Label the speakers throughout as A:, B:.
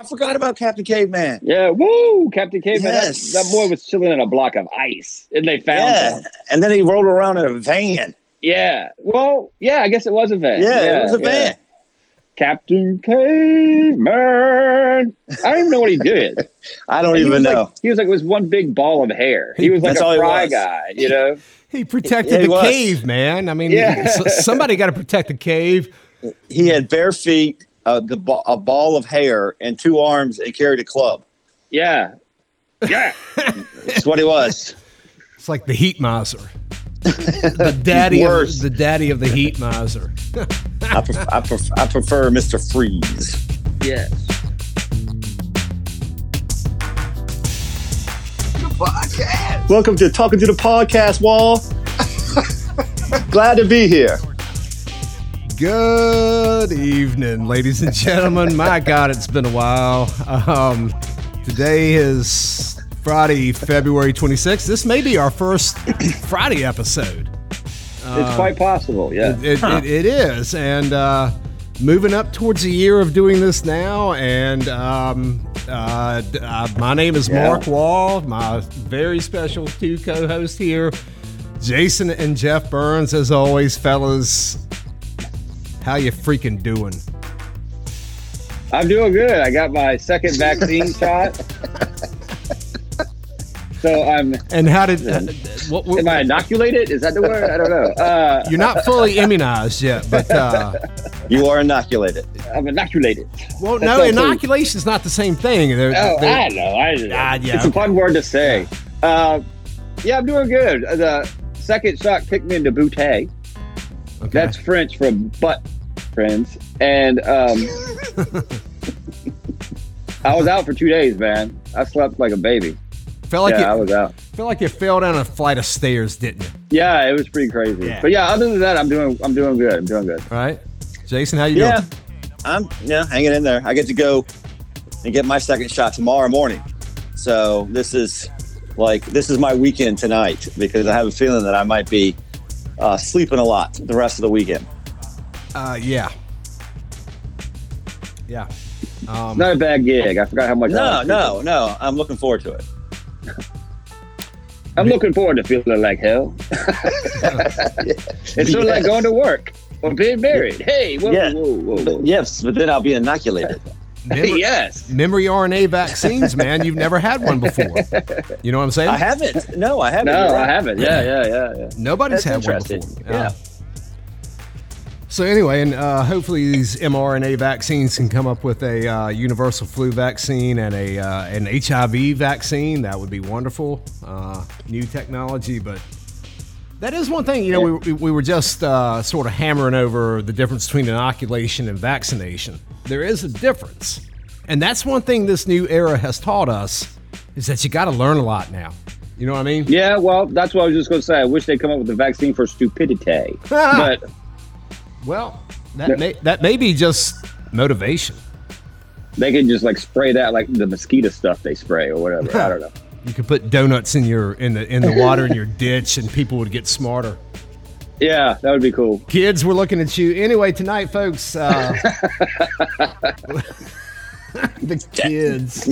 A: I forgot about Captain Caveman.
B: Yeah, woo, Captain Caveman. that-
A: Yes.
B: That, boy was chilling in a block of ice, and they found
A: Yeah,
B: him.
A: and then he rolled around in a van.
B: Yeah. Well, yeah, I guess it was a
A: Yeah,
B: van.
A: it was a
B: yeah.
A: van.
B: Captain Caveman. I don't even know what he did.
A: I don't
B: he
A: even
B: was
A: know.
B: Like, he was like it was one big ball of hair. He was like
A: That's all
B: a
A: he
B: fry
A: was.
B: guy, you know.
C: He protected
A: It
C: the
A: was.
C: cave, man. I mean,
B: Yeah.
C: s- somebody got to protect the cave.
A: he had bare feet, uh, the ba- a ball of hair, and two arms, and carried a club.
B: Yeah. Yeah.
A: That's what he was.
C: It's like the heat miser, the daddy,
A: Worse.
C: of, the daddy of the heat miser.
A: I, pref- I, pref- I prefer Mr. Freeze.
B: yes.
D: Welcome to Talking to the Podcast Wall. Glad to be here.
C: Good evening, ladies and gentlemen. My God, it's been a while. Um, today is Friday, February 26th. This may be our first Friday episode.
B: It's quite possible. Yeah.
C: It, it, it is. And uh, moving up towards a year of doing this now. And um, uh, d- uh, my name is
B: Yeah.
C: Mark Wall, my very special two co hosts here, Jason and Jeff Burns, as always, fellas. How you freaking doing?
B: I'm doing good. I got my second vaccine shot. So I'm
C: And how did uh, what, what,
B: am I inoculated? Is that the word? I don't know. Uh,
C: you're not fully immunized yet, but uh,
A: You are inoculated.
B: I'm inoculated.
C: well,
B: That's
C: no,
B: okay.
C: inoculation's not the same thing. They're-
B: Oh,
C: they're-
B: I know. I know.
C: Ah, yeah,
B: it's a fun word to say. Uh, yeah, I'm doing good. Uh, The second shot kicked me into bootay.
C: okay.
B: That's French for butt, friends. And um, I was out for two days, man. I slept like a baby.
C: felt like
B: yeah, I
C: you,
B: was out.
C: felt like you fell down a flight of stairs, didn't you?
B: Yeah, it was pretty crazy.
C: Yeah.
B: But yeah, other than that, I'm doing. I'm doing good. I'm doing good.
C: Right, Jason, how you
A: Yeah,
C: doing?
A: I'm yeah hanging in there. I get to go and get my second shot tomorrow morning. So this is like this is my weekend tonight because I have a feeling that I might be uh, sleeping a lot the rest of the weekend.
C: Uh, yeah, yeah. Um,
B: Not a bad gig. I forgot how much. I
A: No,
B: was
A: no, no. I'm looking forward to it.
B: I'm looking forward to feeling like hell. It's sort of like
A: Yes.
B: going to work or being married. Hey, whoa,
A: Yeah.
B: whoa, whoa, whoa.
A: But yes, but then I'll be inoculated.
B: Hey,
C: memory,
B: yes.
C: memory RNA vaccines, man. You've never had one before. You know what I'm saying?
A: I haven't. No, I haven't.
B: No,
A: You're
B: I
A: right.
B: haven't. Yeah, yeah, yeah, yeah.
C: Nobody's
A: That's
C: had one
A: interesting.
C: before.
A: Yeah.
C: So anyway, and uh, hopefully these mRNA vaccines can come up with a uh, universal flu vaccine and a uh, an HIV vaccine. That would be wonderful. Uh, new technology, but that is one thing. You know, we, we were just uh, sort of hammering over the difference between inoculation and vaccination. There is a difference, and that's one thing this new era has taught us is that you got to learn a lot now. You know what I mean?
B: Yeah, well, that's what I was just going to say. I wish they'd come up with a vaccine for stupidity. but
C: Well, that may that may be just motivation.
B: they could just like spray that like the mosquito stuff they spray or whatever. I don't know.
C: You could put donuts in your in the in the water in your ditch, and people would get smarter.
B: Yeah, that would be cool.
C: Kids, we're looking at you anyway tonight, folks. Uh, the kids,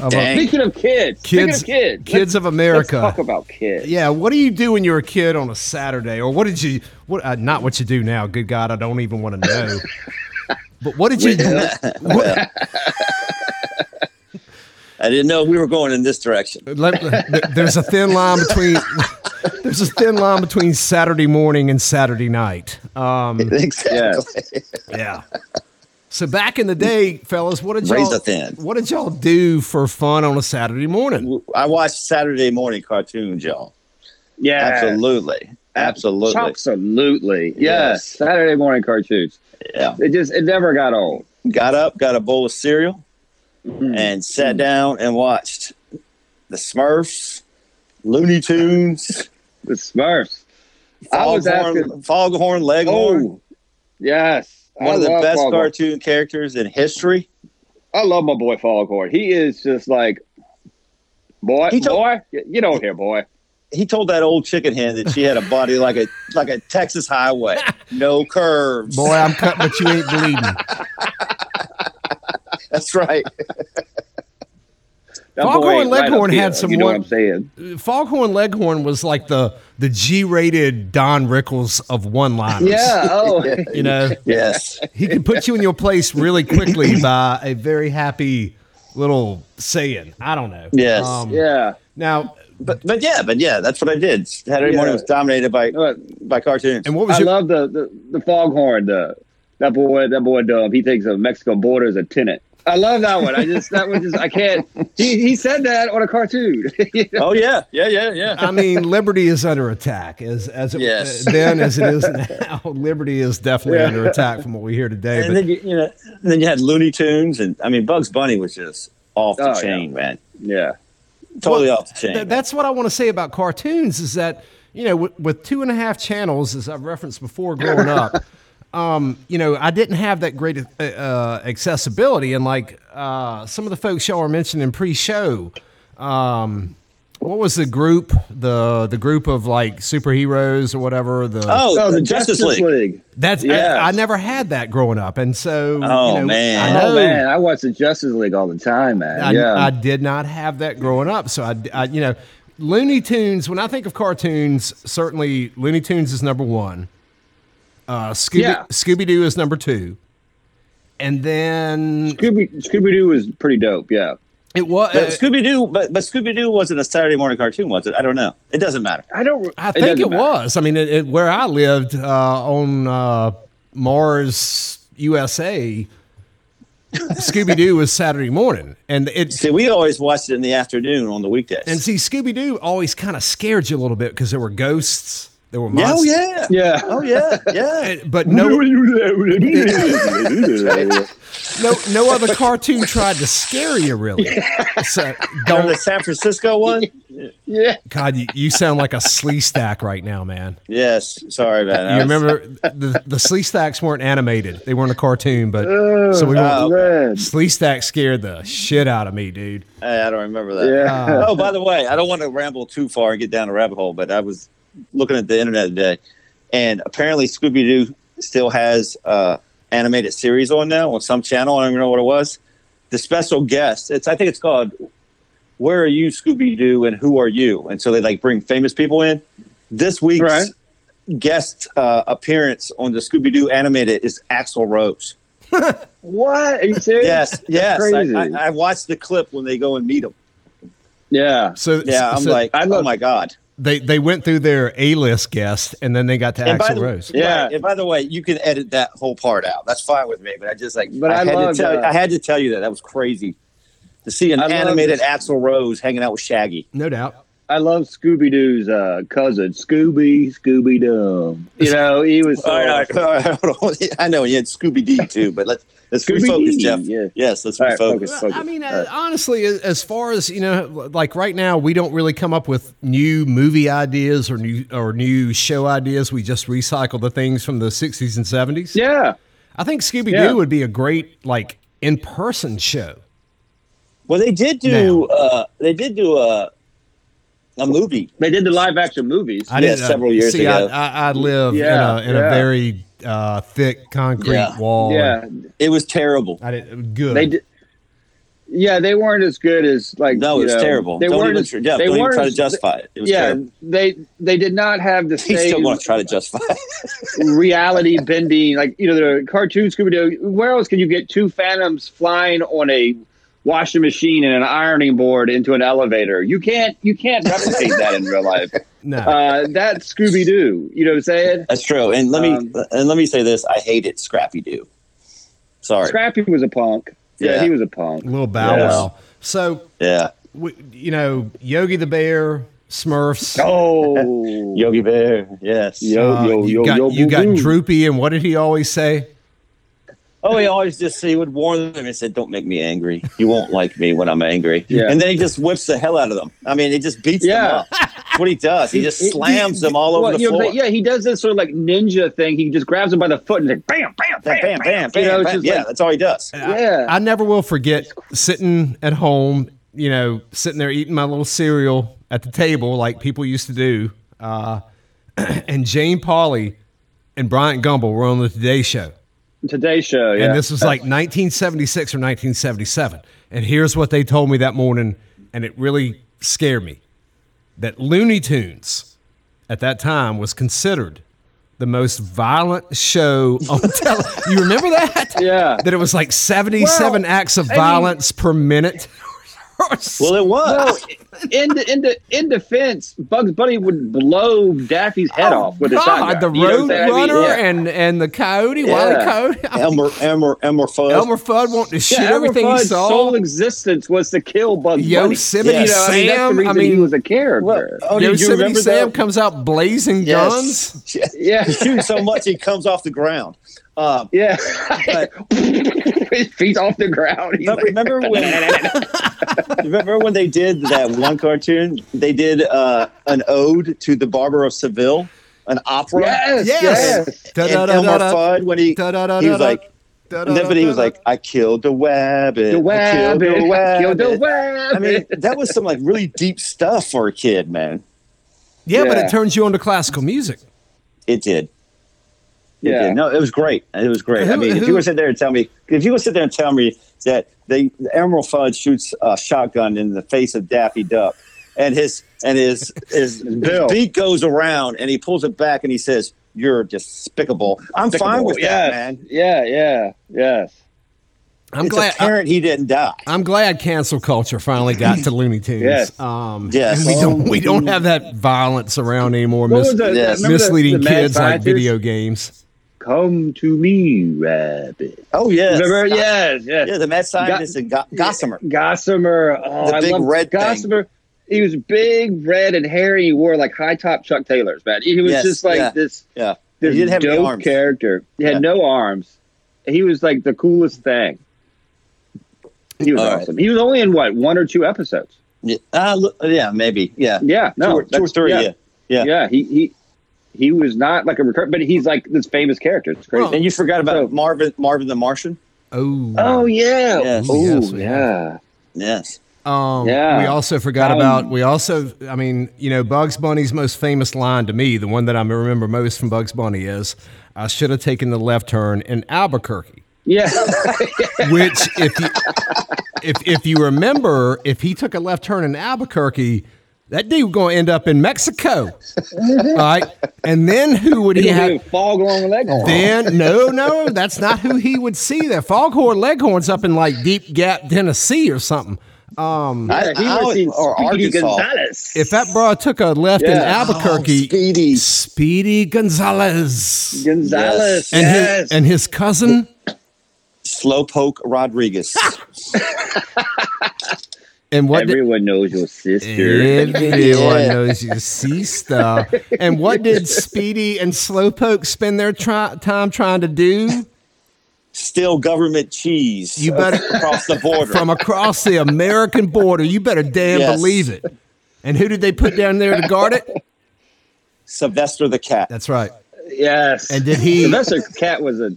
C: of
A: Dang.
B: Speaking of kids, speaking
C: kids,
B: of kids,
C: kids of
B: let's, let's
C: America.
B: talk about kids.
C: Yeah, what do you do when you're a kid on a Saturday, or what did you? What uh, not what you do now? Good God, I don't even want to know. but what did you? do? what-
A: I didn't know we were going in this direction.
C: Let, th- there's a thin line between there's a thin line between Saturday morning and Saturday night. Um,
A: Exactly.
C: yeah. So back in the day, fellas, what did y'all
A: Razor thin.
C: what did y'all do for fun on a Saturday morning?
A: I watched Saturday morning cartoons, y'all.
B: yeah,
A: Absolutely. Absolutely.
B: absolutely. Yes,
A: Yes.
B: Saturday morning cartoons.
A: Yeah.
B: It just it never got old.
A: Got up, got a bowl of cereal,
B: Mm-hmm.
A: and sat down and watched the Smurfs, Looney Tunes,
B: The Smurfs. I was asking-
A: Foghorn, Foghorn Leghorn.
B: Oh, yes.
A: One of
B: I
A: the
B: love
A: best
B: Foghorn.
A: cartoon characters in history.
B: I love my boy Foghorn. He is just like, boy,
A: He told-
B: boy, y- get over here, boy.
A: He told that old chicken hen that she had a body like a like a Texas highway, no curves.
C: Boy, I'm cut, but you ain't bleeding.
A: That's right.
C: Foghorn Leghorn had some
B: You know what
C: one-
B: I'm saying?
C: Foghorn Leghorn was like the the G-rated Don Rickles of one-liners.
B: Yeah. Oh,
C: you know
A: Yes.
C: he can put you in your place really quickly by a very happy little saying. I don't know. Um,
A: Yes.
B: yeah.
C: Now,
A: But but yeah, but yeah, that's what I did. Saturday
B: Yeah.
A: morning was dominated by
B: No,
A: by cartoons.
C: and what was
B: I
C: your
B: love the, the the foghorn. The that boy, that boy, dumb. He takes a Mexico border as a tenant. I love that one. I just that one just I can't. He, he said that on a cartoon. You know?
A: oh yeah, yeah, yeah, yeah.
C: I mean, liberty is under attack as as it,
A: Yes.
C: uh, then as it is now. liberty is definitely under attack from what we hear today.
A: and
C: But
A: then you, you know, and then you had Looney Tunes, and I mean Bugs Bunny was just off the
B: Oh, yeah.
A: chain, man.
B: Yeah.
A: Totally
C: Well,
A: off the chain.
C: Th- that's what I want to say about cartoons is that you know with, with two and a half channels, as I've referenced before, growing up, um, you know I didn't have that great uh, uh, accessibility, and like uh, some of the folks y'all were mentioning pre-show. Um, what was the group? the The group of like superheroes or whatever. The
A: oh, the Justice, League.
C: that's
B: yeah.
C: I, I never had that growing up, and so
A: Oh,
C: you know,
A: man.
C: I know
B: Oh man, I watch the Justice League all the time, man.
C: I,
B: yeah.
C: I did not have that growing up. So I, I- you know, Looney Tunes. When I think of cartoons, certainly Looney Tunes is number one. Uh, Scooby
B: Yeah.
C: Scooby Doo is number two, and then
B: Scooby Scooby Doo was pretty dope. Yeah.
C: it uh, was.
A: But Scooby Doo, but, but Scooby Doo wasn't a Saturday morning cartoon, was it? I don't know. It doesn't matter.
B: I don't.
C: I think
B: doesn't
C: it,
B: matter.
C: was. I mean, it, it, where I lived uh, on uh, Mars, USA, Scooby Doo was Saturday morning, and it
A: See, we always watched it in the afternoon on the weekdays.
C: and see Scooby Doo always kind of scared you a little bit because there were ghosts, there were
A: yeah, oh
C: monsters.
A: yeah,
B: Yeah.
A: oh yeah, yeah.
C: But no,
B: yeah.
C: no, no other cartoon tried to scare you, really. So
A: Remember
C: don't,
A: the San Francisco one?
B: yeah.
C: God, you, you sound like a slee stack right now, man.
A: Yes. Sorry about that.
C: You remember the the slee stacks weren't animated; they weren't a cartoon, but so we
A: Oh,
C: were.
B: Man.
C: Slee stack scared the shit out of me, dude.
A: Hey, I don't remember that.
B: Yeah.
A: oh, by the way, I don't want to ramble too far and get down a rabbit hole, but I was looking at the internet today, and apparently Scooby Doo still has uh, animated series on now on some channel. I don't even know what it was. The special guest, it's I think it's called "Where Are You, Scooby Doo, and Who Are You?" And so they like bring famous people in. This week's
B: Right.
A: guest uh, appearance on the Scooby Doo animated is Axel Rose.
B: What? Are you serious?
A: Yes, yes. I,
B: Crazy.
A: I, I watched the clip when they go and meet him.
B: Yeah.
C: So
A: Yeah, I'm
C: so
A: like,
B: I
A: oh
B: love-
A: my god.
C: they they went through their A list guest, and then they got to
A: by
C: Axel
A: the-
C: Rose.
B: Yeah.
A: Right. And by the way, you can edit that whole part out. That's fine with me. But I just like,
B: But I
A: had
B: love
A: to tell,
B: that.
A: I had to tell you that that was crazy to see an
B: I love
A: animated
B: this.
A: Axl Rose hanging out with Shaggy.
C: No doubt.
B: I love Scooby Doo's uh, cousin, Scooby Scooby Doo. You know, he was. So
A: All right, all right, all right, hold on. I know you had Scooby Doo too, but let's let's refocus,
B: Scooby-Dee,
A: Jeff.
B: yeah.
A: Yes, let's
B: All right,
A: refocus.
B: focus.
C: Well, I mean, uh, honestly, as- as far as you know, like right now, we don't really come up with new movie ideas or new or new show ideas. We just recycle the things from the '60s and '70s.
B: Yeah.
C: I think Scooby Doo
B: Yeah.
C: would be a great like in-person show.
A: Well, they did do uh, they did do a a movie.
B: They did the live action movies.
A: Yeah, several years
C: uh, see,
A: ago.
C: I, I, I live
B: Yeah,
C: in a in a
B: yeah.
C: very uh, thick concrete
A: Yeah.
C: wall.
B: yeah.
A: It was terrible.
C: I didn't. Good.
B: They did. Yeah, they weren't as good as like.
A: No,
B: you
A: it was
B: know,
A: terrible.
B: They
A: don't
B: weren't.
A: even,
B: as,
A: tr- Jeff,
B: they
A: don't even
B: weren't
A: try to
B: as-
A: justify it. It was
B: yeah,
A: terrible.
B: they they did not have the
A: He still
B: same
A: want to try to justify. it.
B: reality bending. Like you know, the cartoon Scooby Doo. Where else can you get two phantoms flying on a washing machine and an ironing board into an elevator? You can't. You can't replicate that in real life.
C: no.
B: Uh, that's Scooby Doo. You know what I'm saying?
A: That's true. And let me
B: Um,
A: and let me say this: I hated Scrappy Doo. Sorry.
B: Scrappy was a punk. Yeah,
A: Yeah.
B: he was a punk.
C: little bow
A: Yes.
C: wow. So
A: yeah.
C: we, you know, Yogi the Bear, Smurfs.
B: Oh,
A: Yogi Bear. Yes.
B: Yo,
C: Uh,
B: yo,
C: you
B: yo,
C: got,
B: yo,
C: you
B: boo,
C: got
B: boo.
C: droopy, and what did he always say?
A: Oh, he always just he would warn them and said, "Don't make me angry. You won't like me when I'm angry."
B: Yeah.
A: And then he just whips the hell out of them. I mean, he just beats
B: Yeah.
A: them up. That's what he does. He just slams them all over
B: Well,
A: the
B: you know,
A: floor.
B: but yeah, he does this sort of like ninja thing. He just grabs him by the foot and like bam, bam, bam,
A: Bam, bam, bam, bam,
B: You know, it's
A: bam.
B: just
A: Yeah,
B: like-
A: that's all he does.
B: yeah.
C: I never will forget sitting at home, you know, sitting there eating my little cereal at the table like people used to do. Uh, and Jane Pauley and Bryant Gumbel were on the Today Show.
B: Today show. Yeah.
C: And this was like 1976 or 1977. And here's what they told me that morning and it really scared me that Looney Tunes at that time was considered the most violent show on television. you remember that?
B: Yeah.
C: That it was like 77
B: Well,
C: acts of
B: I mean-
C: violence per minute.
A: Well, it
B: No,
A: was.
B: in the, in the, in defense, Bugs Bunny would blow Daffy's head off with his shotgun.
C: God, the
B: You know what
C: Road
B: I'm saying? I mean,
C: Runner
B: yeah.
C: and, and the Coyote,
B: Yeah.
C: Wiley Coyote. I mean,
A: Elmer, Elmer, Elmer Fudd.
C: Elmer Fudd wanted to shoot
B: Yeah, Elmer
C: everything he
B: Fudd's
C: saw.
B: sole existence was to kill Bugs Bunny.
C: Yosemite
B: you know, I mean, that's the
C: Sam. I
B: reason
C: mean,
B: he was a character.
A: oh, did you
C: Yosemite
A: remember
C: Sam
A: that?
C: comes out blazing guns.
A: Yes.
B: yeah,
A: He shoots so much he comes off the ground. Um,
B: yeah.
A: But-
B: His feet off the ground. He's
A: Remember, remember
B: like,
A: when? remember when they did that one cartoon? They did uh, an ode to the Barber of Seville, an opera.
B: yes, yes,
A: And Elmer Fudd when he he was like, and then, but he was like, I killed the wabbit.
B: The
A: I killed
B: web,
A: the
B: kill the
A: wabbit."
B: web.
A: I mean, that was some like really deep stuff for a kid, man.
C: yeah, but
B: yeah.
C: it turns you on to classical music.
A: It did. It
B: Yeah.
A: did. No, it was great. It was great. I
C: Who-
A: mean, if
C: who-
A: you would sit there and tell me, if you would sit there and tell me that they Emerald Fudd shoots a shotgun in the face of Daffy Duck, and his and his his,
B: bill.
A: his beak goes around, and he pulls it back, and he says, "You're despicable." I'm fine with
B: yes.
A: that, man.
B: Yeah, yeah, yes.
C: I'm
A: it's
C: glad. I,
A: apparent he didn't die.
C: am glad cancel culture finally got to Looney Tunes.
B: Yes.
C: Um,
A: Yes. Oh.
C: And we don't we don't have that violence around anymore.
B: What was
C: mis-
B: that-
A: yes.
B: remember the-
C: misleading
B: the Mad
C: kids like
B: Scientist?
C: video games.
B: Come to me, rabbit.
A: Oh yes,
B: Remember? Yes, yes.
A: yeah. The mad scientist and Go- Gossamer.
B: Gossamer. Oh,
A: The
B: I
A: big
B: loved
A: red thing.
B: Gossamer. He was big, red, and hairy. He wore like high top Chuck Taylors, man. He was
A: Yes,
B: just like
A: yeah.
B: this,
A: Yeah,
B: this
A: he didn't have any
B: dope
A: arms.
B: character. He had
A: Yeah.
B: no arms. He was like the coolest thing. He was
A: All right.
B: awesome. He was only in what one or two episodes.
A: Yeah, uh, look- yeah, maybe. Yeah,
B: Yeah, no,
A: two, or, two or
B: that's-
A: three.
B: yeah.
A: Yeah. yeah.
B: yeah. He he he was not like a recurrent, but he's like this famous character. It's crazy.
C: Well,
A: And you forgot about
B: So-
A: Marvin, Marvin the Martian.
C: Oh,
B: Oh yeah.
A: Yes.
B: Oh
C: Yes, we
B: yeah.
A: Yes.
C: Um,
B: Yeah.
C: We also forgot
B: Um,
C: about. We also, I mean, you know, Bugs Bunny's most famous line to me, the one that I remember most from Bugs Bunny is, "I should have taken the left turn in Albuquerque."
B: Yeah.
C: Which, if you, if if you remember, if he took a left turn in Albuquerque, that dude going to end up in Mexico, all right? And then who would he
B: he had
C: have?
B: a fog along leg.
C: Oh. Then no, no, that's not who he would see there. Foghorn Leghorn's up in like Deep Gap, Tennessee, or something. Um,
B: Yeah, he
A: I- I
B: was
A: would-
B: in
A: or
B: Speedy
A: Arkansas.
B: Gonzales.
C: if that bra took a left in
B: Yeah. Oh,
C: Albuquerque,
A: Speedy.
C: Speedy Gonzalez,
B: Gonzalez. Yes.
C: and his and his cousin.
A: Slowpoke Rodriguez.
C: And what did,
B: Everyone knows your sister.
C: everyone
A: Yeah.
C: knows you see stuff. And what did Speedy and Slowpoke spend their try, time trying to do
A: Still government cheese.
C: You better-
A: across the border.
C: from across the American border? You better damn
A: Yes.
C: believe it. And who did they put down there to guard it?
A: Sylvester the cat.
C: That's right.
B: Yes.
C: And did he?
B: Sylvester the Cat was a.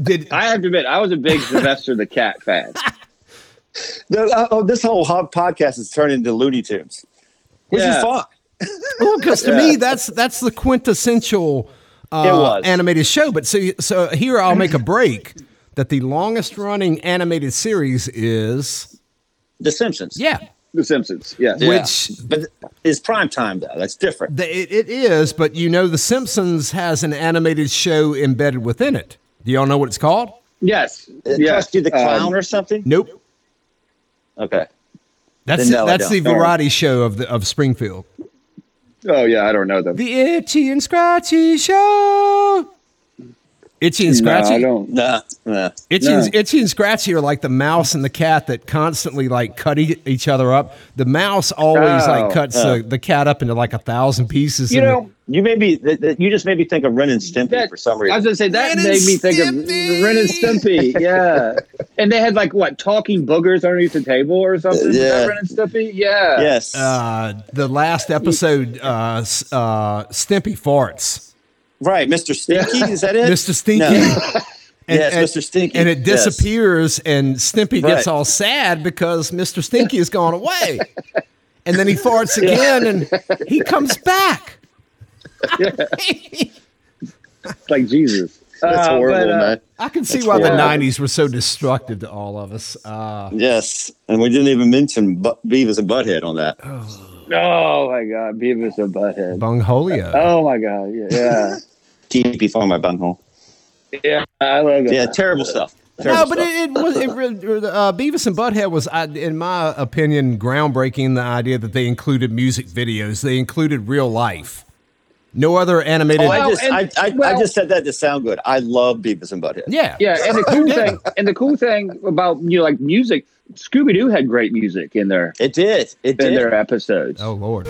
C: Did
B: I have to admit, I was a big Sylvester the Cat fan.
A: No, uh, oh, this whole hub podcast is turned into Looney Tunes, which
B: Yeah.
A: is fun.
C: because to me that's that's the quintessential
A: It
C: uh,
A: was.
C: animated show. But so so here I'll make a break that the longest running animated series is
A: The Simpsons.
C: yeah,
B: The Simpsons. Yes.
A: Yeah.
C: which
A: But it's prime time though. That's different.
C: the, it, it is. But you know, The Simpsons has an animated show embedded within it. Do y'all know what it's called?
B: Yes.
A: Uh,
B: yes.
A: Krusty the Clown
B: Um,
A: or something.
C: Nope.
A: Okay.
C: That's
A: Then no, I
C: that's the
A: don't.
C: variety show of the of Springfield.
B: oh yeah, I don't know them.
C: The Itchy and Scratchy Show. Itchy and
B: No,
C: Scratchy.
B: I don't.
A: Nah. nah.
C: Itchy, and, Itchy and Scratchy are like the mouse and the cat that constantly like cut e- each other up. The mouse always
B: Oh,
C: like cuts the, the cat up into like a thousand pieces.
B: You
C: and-
B: know,
A: You made me. th- th- You just made me think of Ren and Stimpy
B: That-
A: for some
B: I was
A: reason.
B: gonna say that
C: Ren and
B: made me think of
C: Stimpy.
B: Ren and Stimpy. Yeah, and they had like what talking boogers underneath the table or something. Was that
A: Uh, Yeah.
B: Ren and Stimpy. Yeah.
A: yes.
C: uh, the last episode, uh, s- uh, Stimpy farts,
A: right, Mr. Stinky. Is that it?
C: Mr. Stinky. And,
A: Yes,
C: and-
A: Mr. Stinky.
C: and it
A: Yes.
C: disappears, and Stimpy
A: Right.
C: gets all sad because Mr. Stinky has gone away. And then he farts again, and he comes back.
B: Like Jesus.
D: That's
B: Uh,
D: horrible,
B: but, uh,
D: man.
C: I can see
D: That's
C: why the
D: horrible.
C: '90s were so destructive to all of us. Uh,
A: Yes, and we didn't even mention Bu- Beavis and Butthead on that.
B: Oh my god, Beavis and Butthead.
C: Bungholio.
B: Oh my god, yeah,
A: TP for my bunghole.
B: yeah, yeah. I love it.
A: Yeah, terrible stuff.
C: no,
A: Terrible
C: but
A: stuff.
C: it, it was it, re- uh, Beavis and Butthead was, uh, in my opinion, groundbreaking. The idea that they included music videos, they included real life. No other animated.
A: Oh, I
B: Well,
A: just
B: and-
A: I, I,
B: well-
A: I just said that to sound good. I love Beavis and Butthead.
C: yeah,
B: Yeah, and the cool thing, and the cool thing about you know, like music, Scooby Doo had great music in their
A: It did. It
B: in
A: did.
B: their episodes.
C: Oh Lord.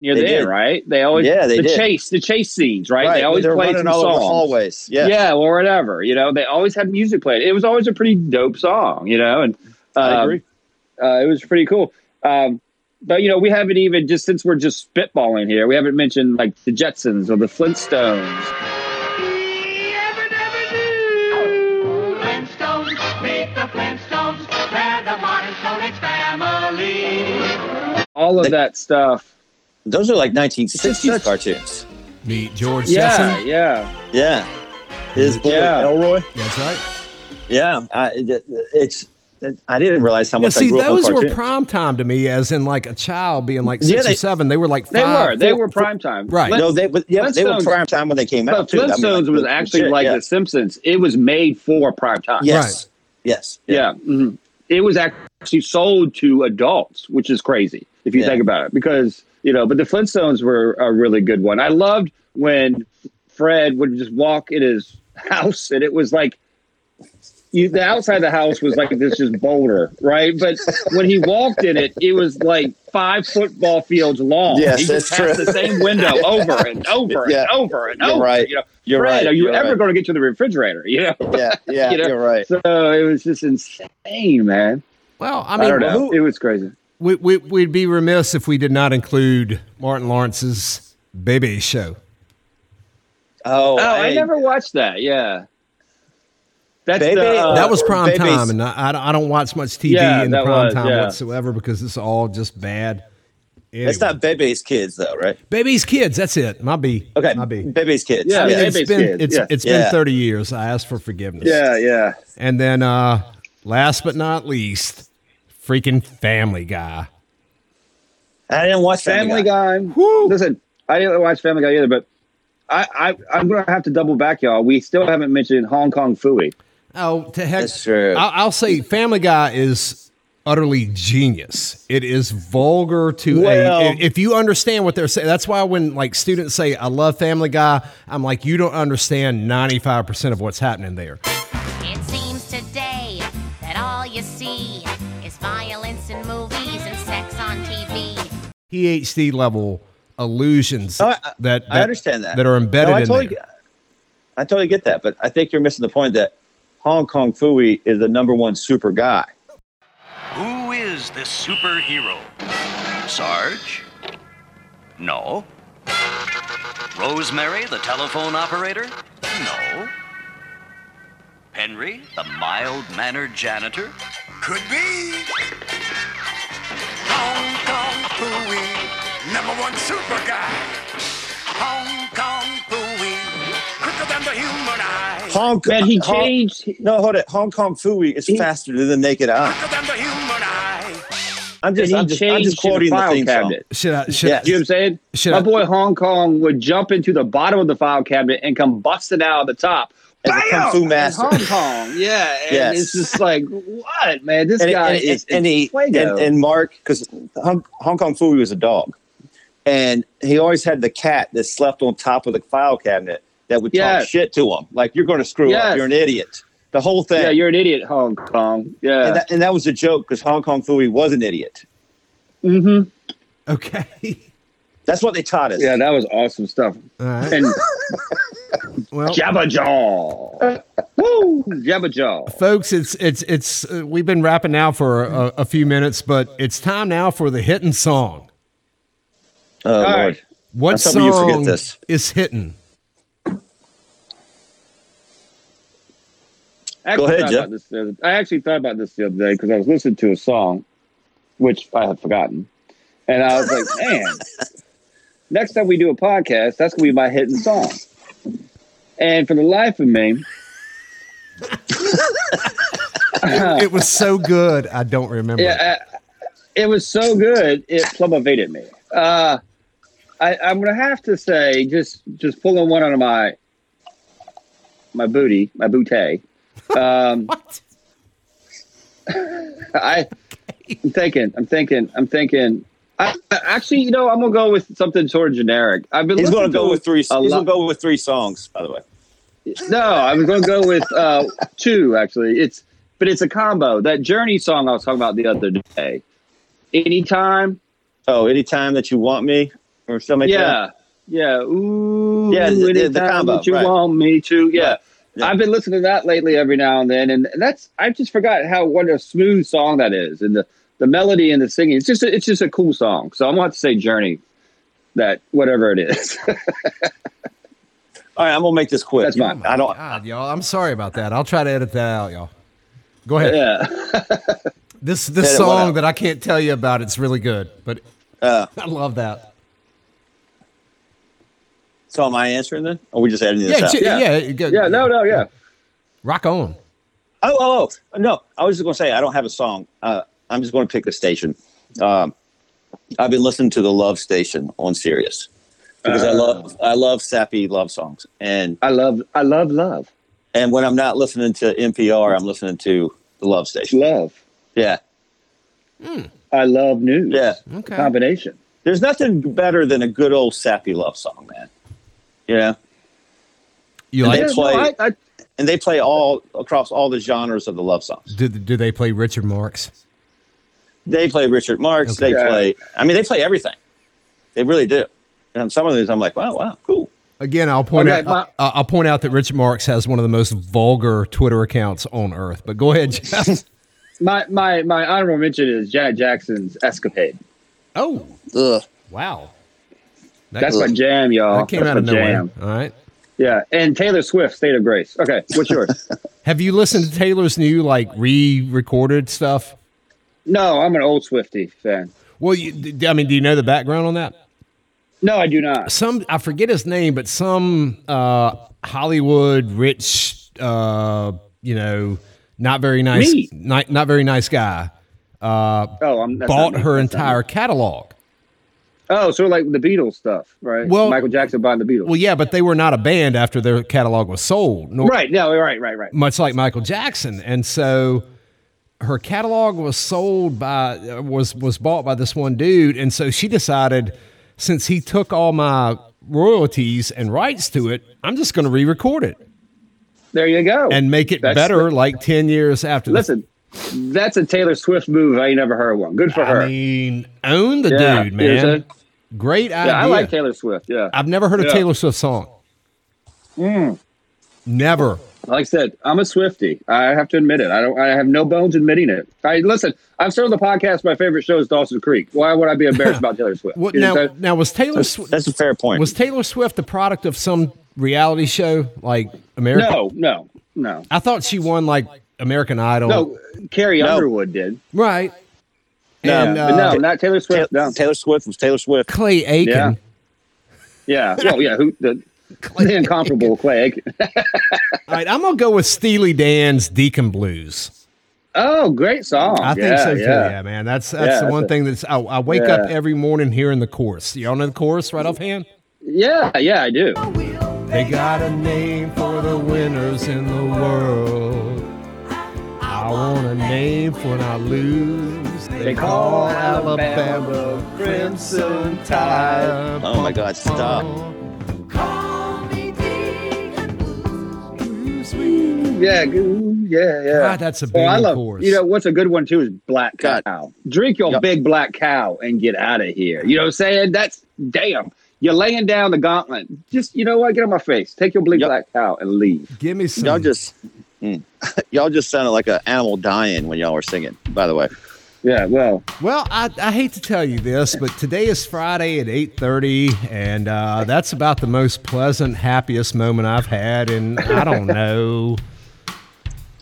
B: near
A: They
B: the
A: did.
B: end, right? They always
A: Yeah, they
B: the
A: did.
B: chase, the chase scenes, right?
A: Right,
B: They always
A: they're
B: played
A: running
B: some
A: all over
B: songs.
A: hallways. Yeah,
B: Yeah, or whatever. You know, they always had music played. It was always a pretty dope song. You know, and
A: I
B: um,
A: agree.
B: Uh, it was pretty cool. Um, but you know, we haven't even just since we're just spitballing here, we haven't mentioned like the Jetsons or the Flintstones.
E: We ever never knew. Flintstones, meet the Flintstones. They're the modern Stone Age family.
B: All of that stuff.
A: Those are like 1960s
B: Such-
A: cartoons.
C: Meet George
B: Yeah,
C: Sesson.
B: yeah.
A: Yeah, his boy
B: Yeah.
A: Elroy.
C: That's right.
A: Yeah, I, it- it's. I didn't realize how
C: Yeah,
A: much I
C: see,
A: grew up on
C: those were
A: cartoons.
C: prime time to me, as in like a child being like
A: Yeah,
C: six or
A: they-
C: seven. They were like
B: They
C: five,
B: were. They
C: four-
B: were prime time.
C: Uh, Right.
A: no, they but yeah, they were
B: Flintstones-
A: prime time when they came
B: But
A: out. too. I mean,
B: Flintstones
A: like,
B: was
A: legit,
B: actually like
A: yeah.
B: The Simpsons. It was made for prime time.
A: Yes, yes,
B: Yeah. mhm. It was actually sold to adults, which is crazy if you
A: Yeah.
B: think about it. Because, you know, but the Flintstones were a really good one. I loved when Fred would just walk in his house and it was like, you, the outside of the house was like this just boulder, right? But when he walked in it, it was like five football fields long.
A: Yes,
B: he just
A: that's
B: passed
A: true.
B: the same window over and over and
A: Yeah.
B: over and
A: You're
B: over.
A: right.
B: You know,
A: You're
B: Fred,
A: right.
B: are you
A: You're
B: ever
A: right.
B: going to get to the refrigerator? You know,
A: Yeah, yeah,
B: You know?
A: you're right.
B: so it was just insane, man.
C: Well, I
B: I,
C: mean,
B: don't know.
C: who-
B: it was crazy.
C: we, we, we'd be remiss if we did not include Martin Lawrence's Baby Show.
A: Oh,
B: Oh, I
A: hey,
B: never watched that. Yeah, that's
A: Baby-
B: the, uh,
C: That was prime
A: Baby's-
C: time, and I, I don't- I don't watch much TV
B: Yeah,
C: in the
B: that
C: prime
B: was,
C: time
B: yeah.
C: whatsoever because it's all just bad.
A: It's
C: Anyway.
A: not Bebe's kids though, right?
C: Baby's Kids. That's it. My B.
A: Okay,
C: My B.
A: Bebe's kids.
B: Yeah,
A: yeah.
B: Baby's
C: It's been
B: Kids,
C: it's
B: yeah.
C: it's been
A: Yeah.
C: thirty years. I asked for forgiveness.
B: yeah, yeah.
C: And then uh last but not least, freaking Family Guy.
A: I didn't watch
B: Family
A: Family
B: Guy. Listen, I didn't watch Family Guy either, but I, I I'm gonna have to double back, y'all. We still haven't mentioned Hong Kong Fooey.
C: Oh, to heck!
A: That's true.
C: I'll, I'll say Family Guy is utterly genius. It is vulgar to
A: Well-
C: a. If you understand what they're saying, that's why when like students say "I love Family Guy," I'm like, you don't understand ninety five percent of what's happening there.
F: It seems today that all you see is violence in movies and sex on TV.
C: PhD level illusions
A: No, I-
C: that, that
A: I understand that.
C: that are embedded
A: No, I
C: in
A: totally,
C: there.
A: get- I totally get that, but I think you're missing the point that Hong Kong Fooey is the number one super guy.
G: Who is the superhero? Sarge? No. Rosemary, the telephone operator? No. Henry, the mild mannered janitor?
H: Could be. Hong Kong Pooey, number one super guy. Hong Kong Pooey, quicker than the human eye.
A: Hong Kong.
B: Man, he
A: Hong-
B: changed. he-
A: no, hold it. Hong Kong Fooey is faster than the naked eye.
H: Quicker than the human eye.
A: I'm just,
B: he
A: I'm just, I'm
B: changed
A: just
B: to the
A: quoting the,
B: file
A: theme
B: cabinet.
C: Should I? Should,
A: Yes.
B: You know what I'm saying?
C: Should
B: My
C: I-
B: boy Hong Kong would jump into the bottom of the file cabinet and come busting out of the top.
A: song as a kung fu
B: And
A: master.
B: Hong Kong, yeah, and
A: Yes.
B: it's just like what man, this
A: and,
B: guy
A: and,
B: is
A: and, and he and,
B: Fuego.
A: and Mark because Hong, Hong Kong Fooey was a dog, and he always had the cat that slept on top of the file cabinet that would
B: Yes.
A: talk shit to him, like you're going to screw
B: Yes.
A: up, you're an idiot, the whole thing.
B: yeah, you're an idiot, Hong Kong. Yeah,
A: and, that, and that was a joke because Hong Kong Fooey was an idiot.
B: mm-hmm.
C: Okay.
A: That's what they taught us.
B: yeah, that was awesome stuff.
C: All right.
B: And
C: Well,
B: Jabba Jaw, woo, Jabba Jaw.
C: folks it's it's it's uh, we've been rapping now for a, a few minutes but it's time now for the hitting song
A: oh, Lord.
B: right.
C: what
A: That's
C: song
A: something you forget this.
C: is hitting
B: I
A: Go
B: actually
A: ahead,
B: thought
A: Jeff.
B: about this the other- I actually thought about this the other day because I was listening to a song, which I had forgotten, And I was like, man, next time we do a podcast, that's gonna be my hidden song. And for the life of me,
C: It was so good, I don't remember. it.
B: yeah, I- it was so good it plummeted me. Uh, I, I'm gonna have to say, just just pulling one out of my my booty, my bootay. Um,
C: What?
B: I, I'm thinking, I'm thinking, I'm thinking. I, I- actually, you know, I'm gonna go with something sort of generic. I've been.
A: He's going
B: listening
A: to go
B: to
A: with three. He's
B: A
A: going to
B: lot.
A: go with three songs. By the way,
B: No, I'm gonna go with uh, two actually. It's but it's a combo. That Journey song I was talking about the other day. Anytime.
A: oh, anytime that you want me or something. Like that?
B: Yeah. Yeah. Ooh.
A: Yeah, the- the- the
B: anytime
A: combo,
B: that you
A: right.
B: want me to. Yeah.
A: Right. Yeah.
B: I've been listening to that lately every now and then, and that's I just forgot how what a smooth song that is, and the, the melody and the singing. It's just a, it's just a cool song. So I'm gonna have to say Journey, that whatever it is.
A: All right, I'm going to make this quick.
B: That's mine.
A: I don't.
C: God, y'all, I'm sorry about that. I'll try to edit that out, y'all. Go ahead.
B: yeah,
C: This this
A: Edit what
C: song
A: out?
C: that I can't tell you about, it's really good, but
A: Uh,
C: I love that.
A: so am I answering then? Or are we just editing this
C: Yeah,
A: out?
C: ch- yeah,
B: Yeah.
C: it go-
B: yeah, no, no, yeah.
C: Rock on.
A: Oh, oh, oh, no! I was just going to say I don't have a song. Uh, I'm just going to pick a station. Um, I've been listening to the Love Station on Sirius because I love I love sappy love songs, and
B: I love I love love
A: and when I'm not listening to NPR, I'm listening to the Love Station.
B: love.
A: Yeah,
B: I love news.
A: yeah.
C: Okay.
B: combination.
A: There's nothing better than a good old sappy love song, man. Yeah,
C: You
A: And
C: like?
A: they
B: Yeah,
A: play-
B: no, I, I,
A: and they play all across all the genres of the love songs.
C: Do, do they play Richard Marks?
A: They play Richard Marx. They
B: Okay.
A: play. I mean, they play everything. They really do. And some of these, I'm like, wow, wow, cool.
C: Again, I'll point
B: Okay,
C: out.
B: my-
C: I, I'll point out that Richard Marks has one of the most vulgar Twitter accounts on earth. But go ahead. Jeff.
B: my my my honorable mention is Janet Jackson's Escapade.
C: oh,
A: Ugh.
C: wow. That,
B: That's my jam, y'all.
C: that came
B: That's
C: out of
B: my
C: nowhere.
B: jam.
C: All right.
B: Yeah, and Taylor Swift, State of Grace. Okay, what's yours?
C: Have you listened to Taylor's new like re-recorded stuff?
B: no, I'm an old Swifty fan.
C: Well, you, d- I mean, do you know the background on that?
B: No, I do not.
C: some I forget his name, but some uh, Hollywood rich, uh, you know, not very nice,
B: Me.
C: not, not very nice guy
B: Oh, I'm that's
C: bought
B: not me.
C: her
B: That's not
C: entire
B: me.
C: catalog.
B: Oh, so like the Beatles stuff, right?
C: Well-
B: Michael Jackson buying the Beatles.
C: Well, yeah, but they were not a band after their catalog was sold, nor,
B: Right. No. Right. Right. Right.
C: much like Michael Jackson, and so her catalog was sold by uh, was was bought by this one dude, and so she decided since he took all my royalties and rights to it, I'm just going to re-record it.
B: There you go.
C: and make it
B: That's
C: better
B: the-
C: like 10 years after the-
B: listen, that's a Taylor Swift move. I ain't never heard one. Good for her.
C: I mean, own the
B: Yeah, you
C: dude,
B: know what I'm
C: man.
B: saying?
C: Great idea.
B: yeah, I like Taylor Swift. Yeah.
C: have never heard a
B: Yeah. Mm.
C: Taylor Swift song. Never.
B: like I said, I'm a Swifty. I have to admit it. I don't. I have no bones admitting it. I listen. I've started the podcast. My favorite show is Dawson Creek. Why would I be embarrassed about Taylor Swift?
C: What
B: You know
C: now?
B: what I'm saying?
C: Now was Taylor Sw-
A: That's a fair point.
C: was Taylor Swift the product of some reality show like American?
B: No, no, no,
C: I thought she won like American Idol.
B: no. Carrie Underwood did.
C: Right.
A: No,
C: and
B: But
C: uh,
B: no, not Taylor
A: Ta-
B: Swift. No.
A: Taylor Swift was Taylor Swift.
C: Clay Aiken.
B: Yeah. Yeah. Well, yeah. Who the, the incomparable Clay?
C: All right, I'm gonna go with Steely Dan's Deacon Blues.
B: Oh, great song.
C: I think
B: Yeah,
C: so too. Yeah,
B: Yeah.
C: man. That's that's the
B: that's
C: one
B: it.
C: thing that's. I, I wake up
B: Yeah.
C: every morning hearing the chorus. Y'all know the chorus right offhand.
B: yeah. Yeah. I do.
C: They got a name for the winners in the world. I want a name for when I lose. They
B: call Alabama
C: Crimson Tide.
A: Oh my God! Stop.
B: Yeah. goo- Yeah. Yeah.
C: God, Ah, that's a
B: Oh, I
C: banging
B: love.
C: chorus.
B: You know what's a good one too is black
A: God.
B: cow. Drink your big black cow and get out of here. You know what I'm saying? That's damn. You're laying down the gauntlet. Just you know what? Get on my face. Take your big
A: Yep.
B: black cow and leave.
C: Give me some.
A: Y'all just mm. y'all just sounded like an animal dying when y'all were singing. By the way,
B: Yeah. Well,
C: Well, I, I hate to tell you this, but today is Friday at 8.30, and uh, that's about the most pleasant, happiest moment I've had in, I don't know,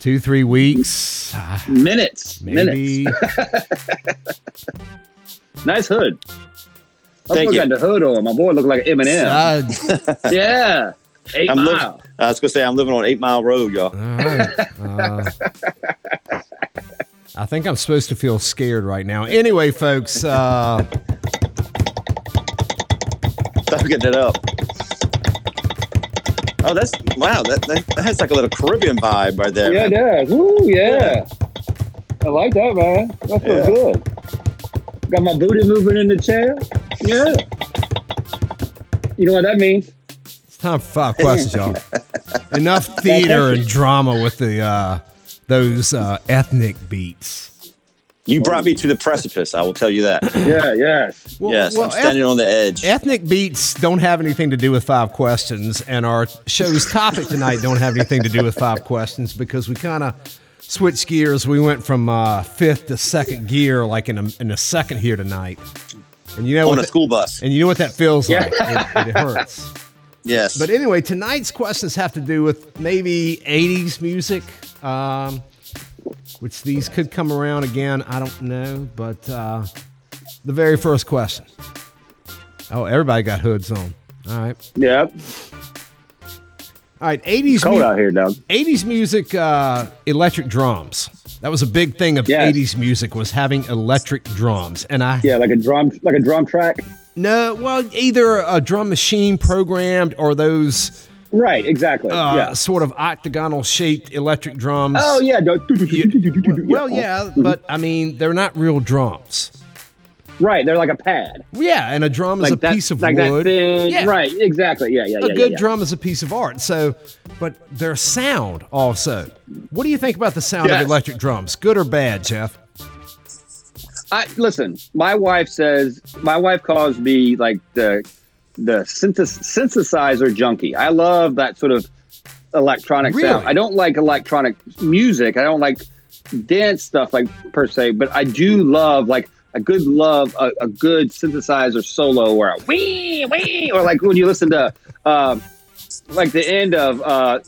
C: two, three weeks, uh,
B: minutes. Minutes.
C: maybe.
B: Nice hood. My
A: Thank
B: boy
A: you.
B: got the hood on. My boy looked like Eminem.
C: Uh,
B: yeah. Eight
A: I'm living.
B: mile.
A: I was gonna say I'm living on Eight Mile Road, y'all.
C: all right. Uh, I think I'm supposed to feel scared right now. Anyway, folks, uh,
A: Stop getting it up. Oh, that's wow. That, that that has like a little Caribbean vibe right there.
B: Yeah, it
A: man.
B: does. Woo, yeah. I like that, man. That feels
A: Yeah.
B: good. Got my booty moving in the chair. Yeah. You know what that means?
C: it's time for five questions, y'all. Enough theater and drama with the uh, those uh, ethnic beats.
A: You brought me to the precipice. I will tell you that.
B: Yeah, yes.
C: Well,
A: yes,
C: well,
A: I'm standing on the edge.
C: Ethnic beats don't have anything to do with five questions, and our show's topic tonight don't have anything to do with five questions because we kind of switched gears. We went from uh, fifth to second gear, like in a, in a second here tonight. And you know
A: on
C: what?
A: a
C: that-
A: school bus.
C: and you know what that feels
B: Yeah.
C: like. It, it hurts.
A: Yes.
C: But anyway, tonight's questions have to do with maybe 80s music, um, which these could come around again. I don't know. But uh, the very first question. Oh, everybody got hoods on. All right.
B: Yep.
C: All right. 80s,
B: Cold
C: mu-
B: out here, Doug.
C: 80s music, uh, electric drums. That was a big thing of
B: Yes.
C: 80s music was having electric drums. And I
B: Yeah, like a drum, like a drum track.
C: no, well, either a drum machine programmed or those
B: Right. Exactly.
C: uh,
B: yeah.
C: sort of octagonal shaped electric drums.
B: Oh yeah. Mm-hmm. Doug.
C: Well, yeah, but I mean, they're not real drums.
B: Right. They're like a pad.
C: Yeah, and a drum is
B: Like
C: a
B: that.
C: piece of
B: like that
C: wood.
B: thin.
C: Yeah.
B: Right. Exactly. Yeah. Yeah.
C: a
B: yeah,
C: good
B: yeah, yeah.
C: drum is a piece of art. So, but their sound also. What do you think about the sound
B: Yes.
C: of electric drums? Good or bad, Jeff?
B: I listen. My wife says my wife calls me like the the synthes- synthesizer junkie. I love that sort of electronic
C: Really?
B: sound. I don't like electronic music. I don't like dance stuff like per se, but I do love like I good love a, a good synthesizer solo or a wee wee or like when you listen to um like the end of uh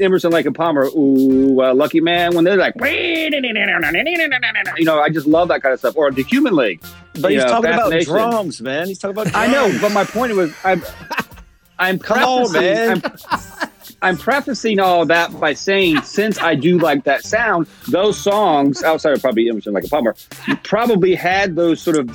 B: Emerson Lake and Palmer, ooh, uh, Lucky Man, when they're like, you know, I just love that kind of stuff. Or the Human League.
A: But
B: you
A: he's
B: know,
A: talking about
B: Fascination.
A: drums, man. He's talking about. Drums.
B: I know, but my point was, I'm, I'm
A: Come on,
B: prefacing,
A: man.
B: I'm, I'm prefacing all that by saying, since I do like that sound, those songs outside of probably Emerson Lake and Palmer probably had those sort of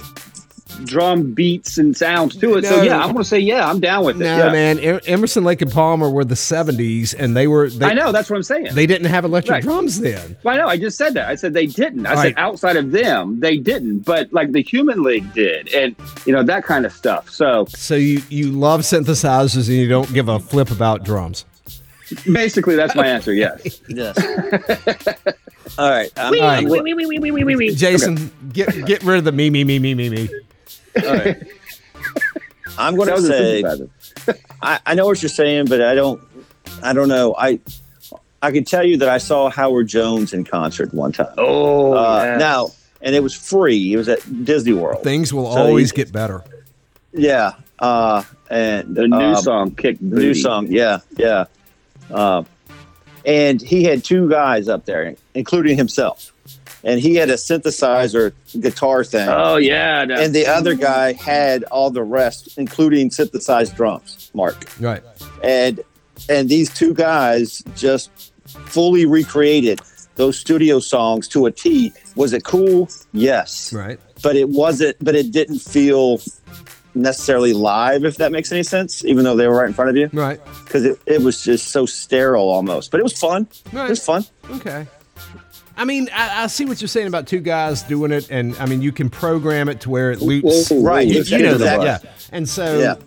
B: drum beats and sounds to it. So
C: No.
B: yeah, I'm gonna say yeah, I'm down with it.
C: No,
B: yeah.
C: man. E- Emerson, Lake, and Palmer were the '70s, and they were they,
B: I know that's what I'm saying.
C: they didn't have electric
B: Right.
C: drums then.
B: Well, I know. I just said that. I said they didn't. I
C: All
B: said
C: right.
B: outside of them, they didn't. But like the Human League did, and you know that kind of stuff. So
C: So you you love synthesizers and you don't give a flip about drums.
B: basically, that's my answer. Yes.
A: Yes. All right. I'm,
C: All right.
F: Wee, wee, wee, wee, wee, wee, wee, wee.
C: Jason, get get rid of the me me me me me me.
A: all right. I'm going
B: That
A: to
B: was a
A: say
B: synthesizer.
A: I, I know what you're saying, but I don't. I don't know. I I can tell you that I saw Howard Jones in concert one time.
B: Oh,
A: uh,
B: yes.
A: now and it was free. It was at Disney World.
C: Things will
A: So
C: always
A: you-
C: get better.
A: Yeah. Uh, and
B: the new
A: uh,
B: song kicked
A: the new song. Yeah, yeah. Uh, and he had two guys up there, including himself. And he had a synthesizer guitar thing,
B: Oh yeah, that-
A: and the other guy had all the rest, including synthesized drums. Mark
C: Right.
A: and and these two guys just fully recreated those studio songs to a T. Was it cool? Yes,
C: Right.
A: but it wasn't. But it didn't feel necessarily live, if that makes any sense. Even though they were right in front of you,
C: Right.
A: because it, it was just so sterile almost. But it was fun. It was
C: Right.
A: fun.
C: Okay. I mean, I, I see what you're saying about two guys doing it, and I mean, you can program it to where it loops.
B: Whoa,
A: Right,
B: whoa,
A: you-
B: that's
A: you know
B: into the
A: that,
B: bus.
C: Yeah. And so,
A: Yeah.
C: uh,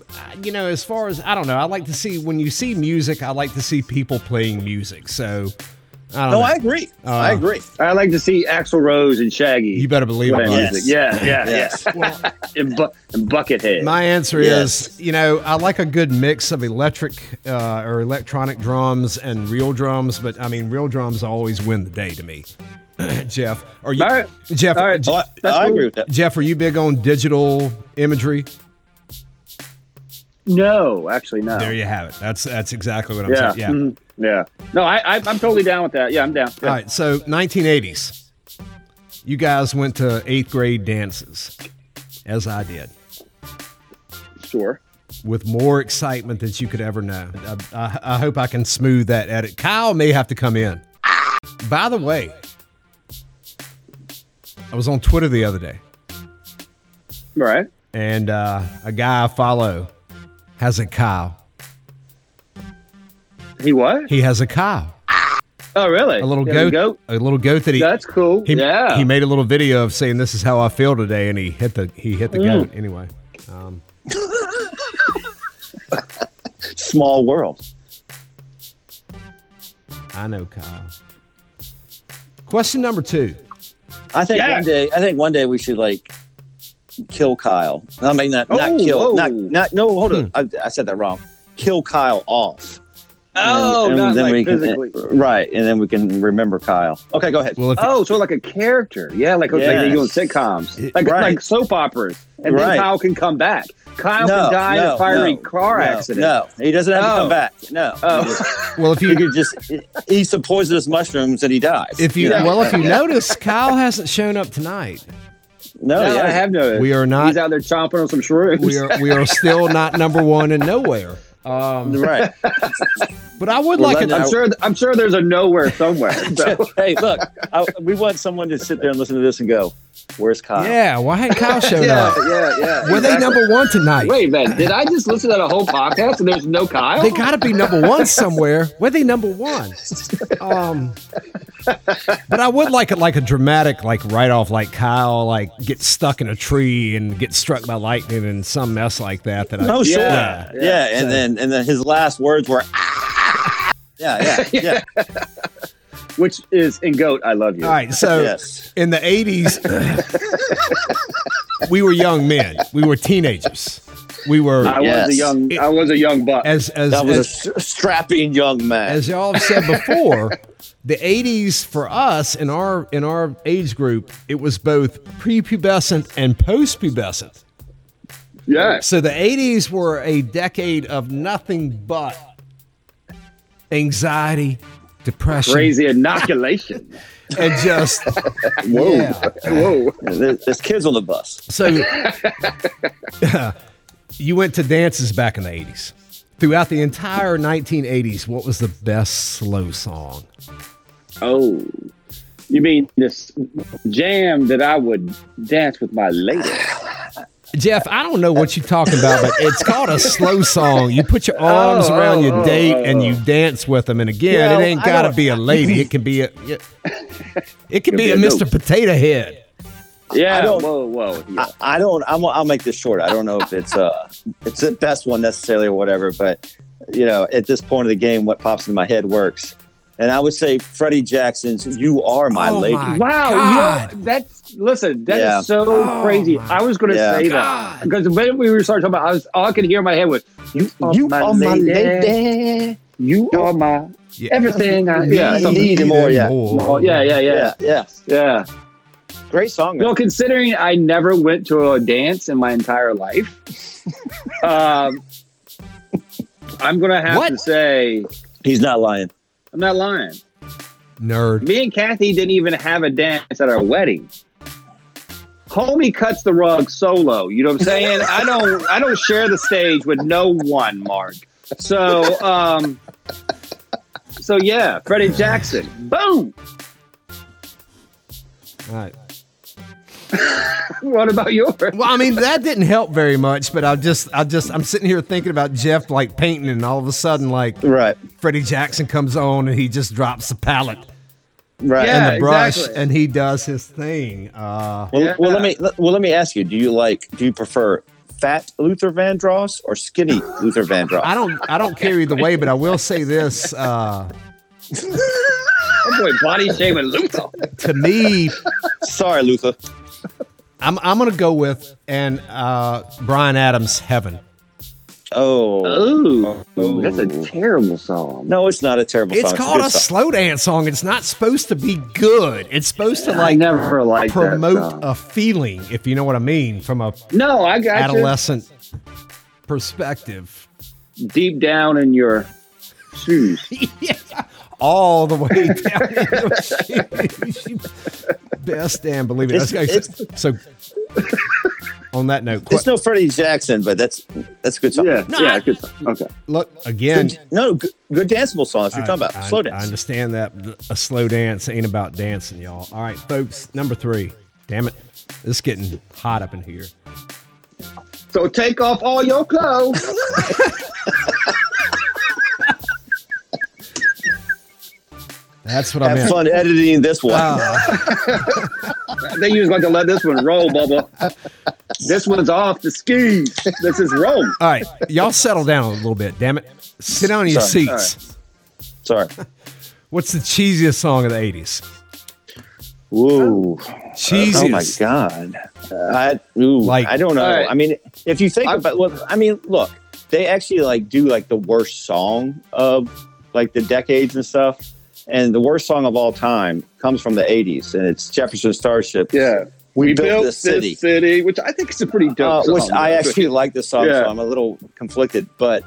C: you know, as far as I don't know, I like to see when you see music, I like to see people playing music. So, I don't
A: No,
C: know.
A: I agree.
C: Uh,
A: I agree.
B: I like to see Axl Rose and Shaggy.
C: you better believe
B: playing
C: it.
A: Yes.
B: music. Yeah, yeah,
A: Yes.
B: yeah. and, bu- and Buckethead.
C: My answer
A: Yes.
C: is, you know, I like a good mix of electric uh, or electronic drums and real drums, but I mean, real drums always win the day to me. Jeff, are you?
B: All right.
C: Jeff,
B: All right.
A: Oh, I, I agree with that.
C: Jeff, are you big on digital imagery?
B: no, actually no.
C: There you have it. That's that's exactly what I'm
B: yeah,
C: saying. Yeah.
B: mhm, yeah. No, I, I, I'm totally down with that. Yeah, I'm down.
C: All right. So 1980s, you guys went to eighth grade dances, as I did,
B: Sure.
C: with more excitement than you could ever know. I, I, I hope I can smooth that edit. Kyle may have to come in. By the way, I was on Twitter the other day,
B: All right.
C: and uh, a guy I follow has a Kyle.
B: He what?
C: He has a Kyle,
B: Oh, really?
C: a little
B: He had
C: goat, a little goat that he
B: That's cool.
C: He,
B: yeah.
C: he made a little video of saying this is how I feel today, and he hit the he
B: Mm.
C: hit the goat anyway. Um,
A: Small world.
C: I know, Kyle. Question number two.
A: I think
B: Yeah.
A: one day. I think one day we should like kill Kyle. I mean, not,
B: Oh, Hmm.
A: not kill.
B: whoa.
A: Not not. No, hold on. I, I said that wrong. Kill Kyle off.
B: oh,
A: And- and
B: not like
A: we can-
B: physically.
A: right, and then we can remember Kyle. Okay, go ahead.
C: Well, if
B: Oh, so like a character. Yeah, like, like
A: Yes.
B: they do in sitcoms. Like,
A: Right.
B: like soap operas. And then
A: Right.
B: Kyle can come back. Kyle
A: No,
B: can die in
A: no,
B: a fiery
A: no,
B: car
A: no,
B: accident.
A: No, he doesn't have
B: Oh.
A: to come back. No.
B: Oh.
C: well, if
A: He
C: you
A: could just eat some poisonous mushrooms and he dies.
C: if you
A: know?
C: well if you notice, Kyle hasn't shown up tonight.
A: no,
B: No,
A: yeah.
B: I have noticed.
C: We are not.
B: He's out there chomping on some shrooms.
C: We are we are still not number one in nowhere. Um,
A: right.
C: but I would
A: We're
C: like
A: letting
C: an,
B: I'm sure. I'm sure there's a nowhere somewhere. So.
A: hey, look, I, we want someone to sit there and listen to this and go, "Where's Kyle?"
C: yeah. Why hadn't Kyle shown
B: yeah,
C: up?
B: yeah, yeah.
C: Were they number one tonight?
B: Wait, man, did I just listen to the whole podcast and there's no Kyle?
C: They got to be number one somewhere. Were they number one? Um, but I would like it like a dramatic like write off, like Kyle like gets stuck in a tree and gets struck by lightning and some mess like that. That I
A: Oh, sure.
C: Yeah.
A: Yeah,
C: So-
A: and then and then his last words were, "Ah." yeah, yeah, yeah.
B: Which is in goat. I love you.
C: All right, so
A: Yes.
C: in the eighties, we were young men. We were teenagers. We were
B: I was
A: Yes.
B: a young. I was a young buck.
C: as as
A: That was a
C: as,
A: s- strapping young man.
C: as y'all have said before, the '80s for us in our in our age group, it was both prepubescent and postpubescent.
B: yeah.
C: So the '80s were a decade of nothing but anxiety, depression,
B: Crazy inoculation.
C: and just
B: Whoa.
C: Yeah.
B: Whoa.
A: there's, there's kids on the bus.
C: so. you went to dances back in the '80s. Throughout the entire 1980s, what was the best slow song?
B: Oh. You mean this jam that I would dance with my lady?
C: Jeff, I don't know what you're talking about, but it's called a slow song. You put your arms
B: Oh,
C: around your
B: oh,
C: date
B: oh,
C: and you
B: oh.
C: dance with them. And again,
A: Well,
C: it ain't
A: I
C: got to
A: don't-
C: be a lady. It can be a it, it can be,
B: be
C: a
B: a
C: Mr.
B: goat.
C: Potato Head.
B: Yeah.
A: don't-
B: Whoa. Whoa. Yeah.
A: I, I don't. I'm, I'll make this short. I don't know if it's uh, it's the best one necessarily or whatever, but you know, at this point of the game, what pops in my head works. And I would say Freddie Jackson's "You Are My
C: Oh,
A: Lady."
C: my
B: Wow,
C: God.
B: you know, that's listen. That is
A: Yeah.
B: so
C: Oh,
B: crazy.
C: my
B: I was going to
A: Yeah.
B: say that because when we were starting talking about, I was all I could hear in my head was you, are,
A: You
B: my
A: are my
B: lady.
A: lady.
B: you are my
C: Yeah.
B: everything. I
A: Yeah,
B: need.
A: need more, yeah.
B: Oh, yeah, yeah, yeah,
A: Yeah,
B: yeah,
A: yeah. Great song.
B: Well, considering I never went to a dance in my entire life, um, I'm going to have
C: What?
B: to say
A: He's not lying.
B: I'm not lying.
C: Nerd.
B: Me and Kathy didn't even have a dance at our wedding. Homie cuts the rug solo. You know what I'm saying? I don't. I don't share the stage with no one, Mark. So, um, so yeah, Freddie Jackson. Boom.
C: All right.
B: What about yours?
C: Well, I mean, that didn't help very much, but I just, I just, I'm sitting here thinking about Jeff like painting, and all of a sudden, like
A: Right.
C: Freddie Jackson comes on and he just drops the palette
A: Right.
B: Yeah.
C: and the brush,
B: exactly.
C: and he does his thing. Uh,
A: Well,
B: Yeah.
A: well, let me let- well let me ask you. Do you like? Do you prefer fat Luther Vandross or skinny Luther
C: I
A: Vandross?
C: don't I don't care either way, but I will say this. Uh,
B: That boy body shaming Luther.
C: to me,
A: Sorry, Luther.
C: I'm I'm gonna go with and uh, Brian Adams Heaven. Uh,
A: Oh
B: Ooh, that's a terrible song.
A: no, it's not a terrible
C: It's
A: song.
C: called
A: good
C: a
A: song.
C: slow dance song. It's not supposed to be good. It's supposed to
B: I
C: like
B: never liked that
C: promote
B: song.
C: a feeling, if you know what I mean, from a
B: no, I got you.
C: adolescent perspective.
B: Deep down in your shoes.
C: All the way down. Best damn believe it.
A: It's-
C: Okay, so- so on that note,
A: It's no Freddie Jackson, but that's that's a good song.
B: Yeah, yeah, good. Okay.
C: look again.
A: No, good, good danceable song. That's what you're talking about.
C: I-
A: Slow
C: I
A: dance.
C: understand that a slow dance ain't about dancing, y'all. All right, folks, number three. Damn it, it's getting hot up in here.
B: So take off all your clothes.
C: That's what I
A: Have
C: meant.
A: fun editing this one.
C: Ah,
B: they just like to let this one roll, Bubba. This one's off the skis. This is Rome.
C: all right, y'all settle down a little bit. Damn it, sit down in your
A: Sorry,
C: seats.
A: Sorry.
C: What's the cheesiest song of the '80s?
A: Ooh.
B: Uh,
C: Cheesiest.
A: Oh my god. I ooh,
C: Like-
A: I don't know.
B: All right.
A: I mean, if you think
B: I-
A: about look, I mean, look, they actually like do like the worst song of like the decades and stuff. And the worst song of all time comes from the 80s, and it's Jefferson Starship.
B: Yeah.
A: We, built, this city.
B: which I think is a pretty
A: Uh,
B: dope
A: which
B: song.
A: I actually like the song,
B: Yeah.
A: so I'm a little conflicted, but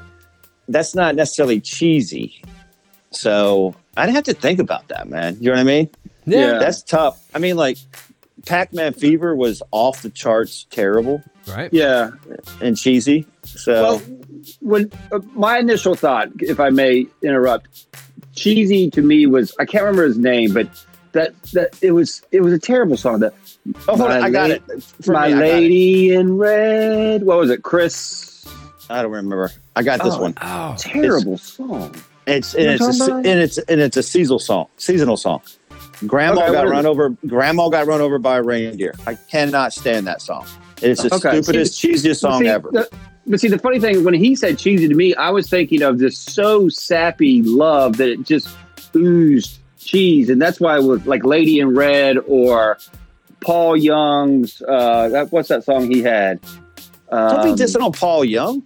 A: that's not necessarily cheesy. So I'd have to think about that, man. You know what I mean?
B: Yeah.
A: That's tough. I mean, like Pac Man Fever was off the charts, terrible
C: Right.
B: Yeah.
A: and cheesy. So
B: Well, when uh, my initial thought, if I may interrupt, cheesy to me was I can't remember his name, but that that it was it was a terrible song. That
A: oh, hold on,
B: my
A: I got
B: la-
A: it. For me,
B: my
A: I got
B: lady in red. What was it, Chris?
A: it. I don't remember. I got this
B: Oh.
A: one.
C: Oh,
B: Terrible song.
A: It's and
B: You're
A: it's, a,
B: talking
A: se-
B: about
A: and
B: it?
A: it's and it's a seasonal song. Seasonal song. Grandma
B: Okay, what
A: got
B: is
A: run over. Grandma got run over by a reindeer. I cannot stand that song. It's the
B: Okay.
A: stupidest, cheesiest
B: But
A: song
B: see,
A: ever.
B: the- but see, the funny thing when he said cheesy to me, I was thinking of this so sappy love that it just oozed cheese, and that's why with like Lady in Red or Paul Young's, uh, that, what's that song he had?
A: Don't
B: Um,
A: be dissing on Paul Young.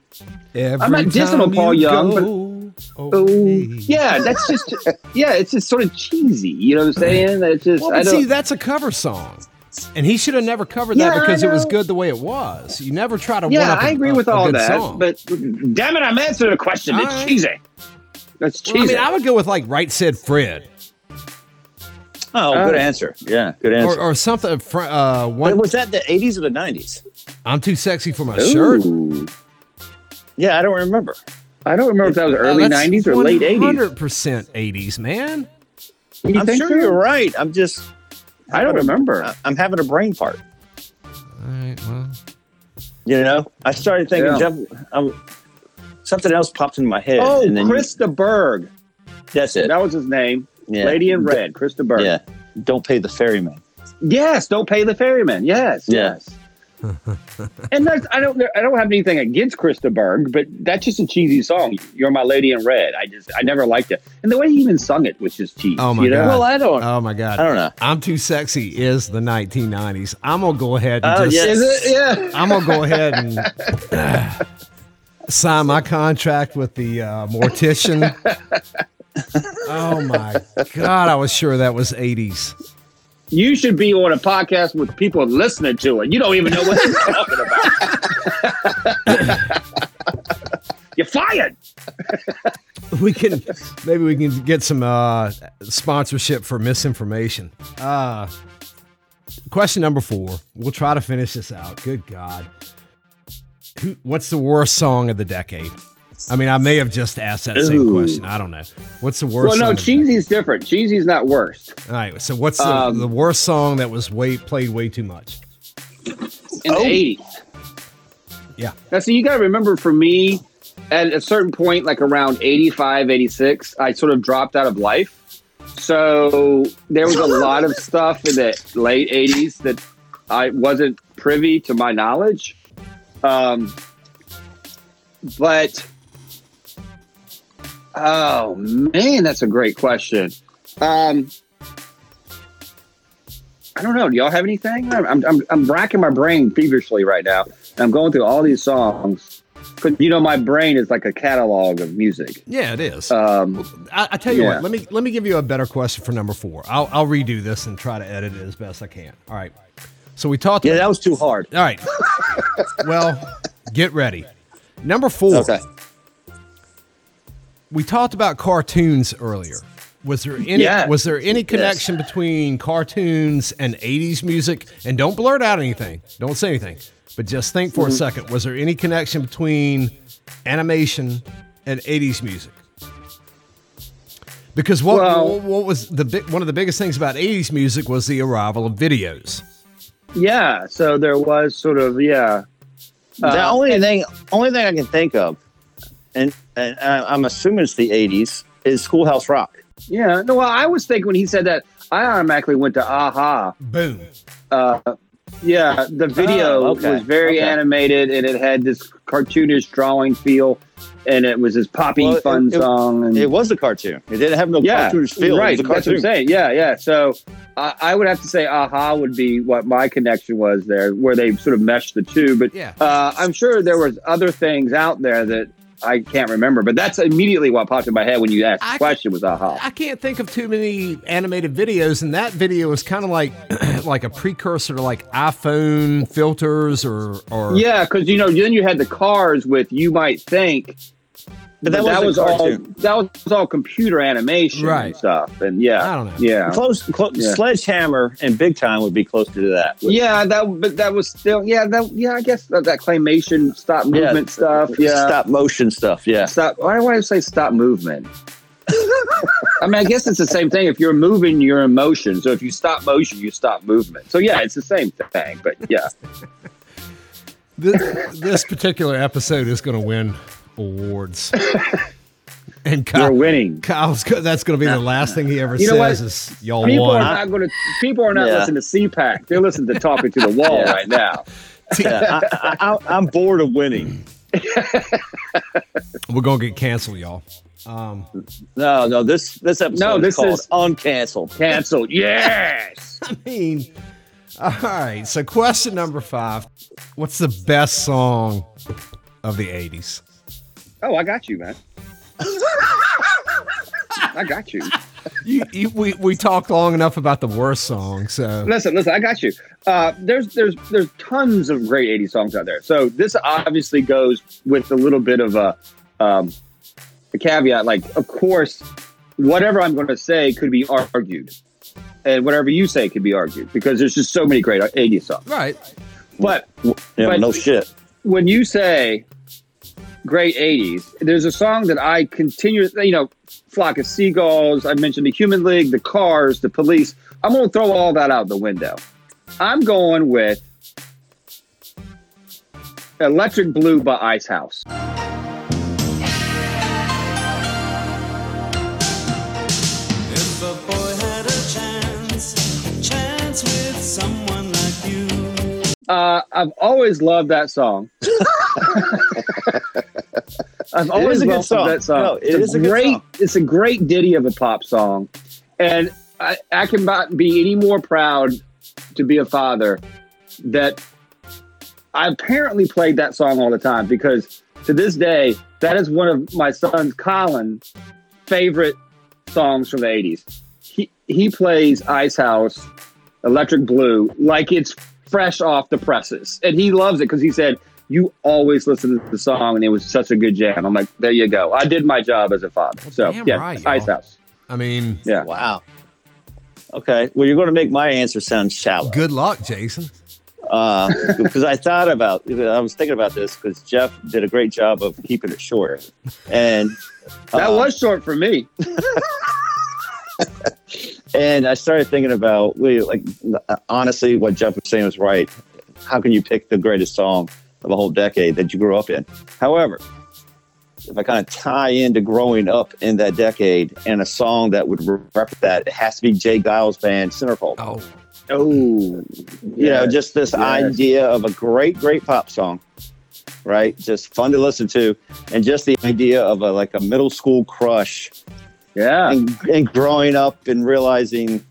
C: Every
B: not dissing on
C: time
B: Paul
C: you
B: Young,
C: go
B: oh,
C: away.
B: yeah, that's just yeah, it's just sort of cheesy. You know what I'm saying? It's just
C: Well,
B: I
C: but
B: don't.
C: see, that's a cover song, and he should have never covered that
B: Yeah, I
C: because it was
B: know.
C: good the way it was. You never try to.
B: yeah,
C: one-up
B: I
C: a-
B: agree
C: a-
B: with
C: a
B: all
C: good
B: that,
C: song.
B: but damn it, I'm answering a question.
C: All
B: it's
C: right.
B: cheesy. That's
C: Well, I
B: cheesy.
C: mean, I would go with like Right Said Fred
A: Oh,
B: Oh.
A: good answer. Yeah, good
C: or,
A: answer.
C: or something. fr- Uh,
A: But
C: one,
A: was that the 80s or the 90s?
C: I'm too sexy for my shirt. Uh,
B: Ooh.
A: Yeah, I don't remember.
B: I don't remember if that was early '90s or late '80s.
C: uh, Hundred percent '80s, man.
B: You
A: I'm
B: think
A: sure
B: so?
A: you're right. I'm just,
B: I don't remember.
A: I- I'm having a brain fart.
C: All right, well,
A: You know, I started thinking,
B: Yeah.
A: Jeff, um, something else popped in my head.
B: Oh,
A: and then you-
B: Krista Berg.
A: that's it.
B: That was his name.
A: yeah.
B: Lady in Red, Krista Berg.
A: Yeah. Don't pay the ferryman.
B: Yes, don't pay the ferryman. Yes.
A: Yeah.
B: Yes. and that's, I don't I don't have anything against Krista Berg, but that's just a cheesy song. You're my lady in red. I just I never liked it. And the way he even sung it was just cheesy.
C: Oh, my
B: you know? Uh,
C: God.
A: Well, I don't.
C: oh my God,
A: I don't know.
C: I'm too sexy is the 1990s. I'm gonna go ahead and
A: Oh,
C: just.
A: yes.
B: Is it? Yeah.
C: I'm gonna go ahead and uh, sign my contract with the uh, mortician. oh my god, I was sure that was 80s.
B: You should be on a podcast with people listening to it. You don't even know what you're talking about. you're fired.
C: We can maybe we can get some uh, sponsorship for misinformation. Uh, question number four. We'll try to finish this out. Good God, Who, what's the worst song of the decade? I mean, I may have just asked that same
B: Ooh.
C: question. I don't know. What's the worst?
B: Well, no,
C: song of the decade?
B: cheesy's different. Cheesy's not worst.
C: All right. So what's the,
B: Um,
C: the worst song that was way played way too much?
B: In the eighties.
C: Yeah.
B: Now, see, you got to remember for me, at a certain point, like around 85, 86, I sort of dropped out of life. So there was a lot of stuff in the late 80s that I wasn't privy to my knowledge. Um, but, oh man, that's a great question. Um, I don't know. Do y'all have anything? I'm, I'm, I'm, I'm racking my brain feverishly right now. And I'm going through all these songs. But, you know, my brain is like a catalog of music.
C: Yeah, it is.
B: Um,
C: I, I tell you
B: yeah.
C: what. Let me let me give you a better question for number four. I'll I'll redo this and try to edit it as best I can. All right. So we talked.
A: Yeah, that was too hard.
C: all right. well, get ready. Number four.
A: Okay.
C: We talked about cartoons earlier. Was there any
B: Yeah.
C: was there any connection between cartoons and 80s music? And don't blurt out anything. Don't say anything. But just think
B: Mm-hmm.
C: for a second was there any connection between animation and 80s music? Because what,
B: Well-
C: what was the big, one of the biggest things about 80s music was the arrival of videos.
B: Yeah, so there was sort of yeah.
A: the
B: Uh,
A: only thing, only thing I can think of, and, and I- I'm assuming it's the '80s, is Schoolhouse Rock.
B: Yeah, no. Well, I was thinking when he said that, I automatically went to Aha.
C: Boom.
B: Uh, yeah, the video
A: Oh, okay,
B: was very
A: okay.
B: animated and it had this cartoonish drawing feel, and it was this poppy
A: Well, it-
B: fun
A: it-
B: song. And
A: It was a cartoon. It didn't have no
B: yeah,
A: cartoonish feel.
B: right.
A: It was a
B: That's what I'm
A: cartoon.
B: saying. Yeah, yeah. So I, I would have to say Aha would be what my connection was there, where they sort of meshed the two. But
C: Yeah.
B: uh, I'm sure there was other things out there that. I can't remember, but that's immediately what popped in my head when you asked
C: I-
B: the question was aha.
C: I can't think of too many animated videos, and that video is kind of like like a precursor to like iPhone filters or or
B: Yeah, because you know, then you had the cars with you might think,
A: But that, wasn't
B: was
A: a
B: all
A: cartoon.
B: that was all computer animation
C: Right.
B: and stuff, and yeah,
C: I don't know.
B: yeah,
A: Close, close
B: Yeah.
A: Sledgehammer and Big Time would be closer to that.
B: yeah. That but that was still yeah that yeah I guess that, that claymation stop
A: Yeah.
B: movement stuff yeah
A: Stop motion stuff. Yeah.
B: stop why do I say stop movement? I mean, I guess it's the same thing. If you're moving, you're in motion. So if you stop motion, you stop movement. So yeah, it's the same thing. But yeah,
C: Th- this particular episode is going to win awards. and
B: you're
C: Kyle,
B: winning.
C: Kyle's go- that's going to be the last thing he ever
B: You know what?
C: says is y'all
B: People are
C: won.
B: not going to. People are not
A: Yeah.
B: listening to CPAC. They're listening to talking to the wall
A: Yeah.
B: right now.
A: Yeah, I, I, I, I'm bored of winning.
C: We're going to get canceled, y'all. Um,
A: No, no. This this episode
B: No, this
A: is called
B: is-
A: uncanceled.
B: Canceled. Yes.
C: I mean, all right. So question number five: What's the best song of the '80s?
B: Oh, I got you, man. I got you.
C: You, you, we we talked long enough about the worst song, so
B: Listen, listen, I got you. Uh, there's there's there's tons of great 80s songs out there. So this obviously goes with a little bit of a um, a caveat. Like, of course, whatever I'm going to say could be ar- argued, and whatever you say could be argued because there's just so many great 80s songs.
C: right.
B: But
A: Yeah,
B: But-
A: no shit.
B: when you say great 80s, there's a song that I continue, you know, Flock of Seagulls, I mentioned the Human League, the Cars, the Police. I'm going to throw all that out the window. I'm going with Electric Blue by Ice House.
I: If a boy had a chance, chance with someone like you.
B: Uh, I've always loved that song. I've always
A: a good
B: loved
A: song.
B: that song.
A: No, it
B: it's
A: is a good
B: great.
A: song.
B: It's a great ditty of a pop song, and I, I cannot be any more proud to be a father that I apparently played that song all the time because to this day that is one of my son's Colin favorite songs from the eighties. He he plays Ice House Electric Blue like it's fresh off the presses. And he loves it because he said, You always listen to the song and it was such a good jam. I'm like, There you go. I did my job as a father. So,
C: damn
B: yeah,
C: right, y'all.
B: Ice House.
C: I mean,
B: Yeah.
A: Wow. Okay. Well, you're going to make my answer sound shallow.
C: good luck, Jason.
A: because I thought about, I was thinking about this because Jeff did a great job of keeping it short, and
B: That
A: uh,
B: was short for me.
A: and I started thinking about really, like honestly, what Jeff was saying was right. How can you pick the greatest song of a whole decade that you grew up in? However, if I kind of tie into growing up in that decade and a song that would rep that, it has to be Jay Giles Band Centerfold.
C: Oh,
B: Oh,
A: you know, just this
B: yes.
A: idea of a great, great pop song, right? Just fun to listen to, and just the idea of a like a middle school crush
B: yeah.
A: and, and growing up and realizing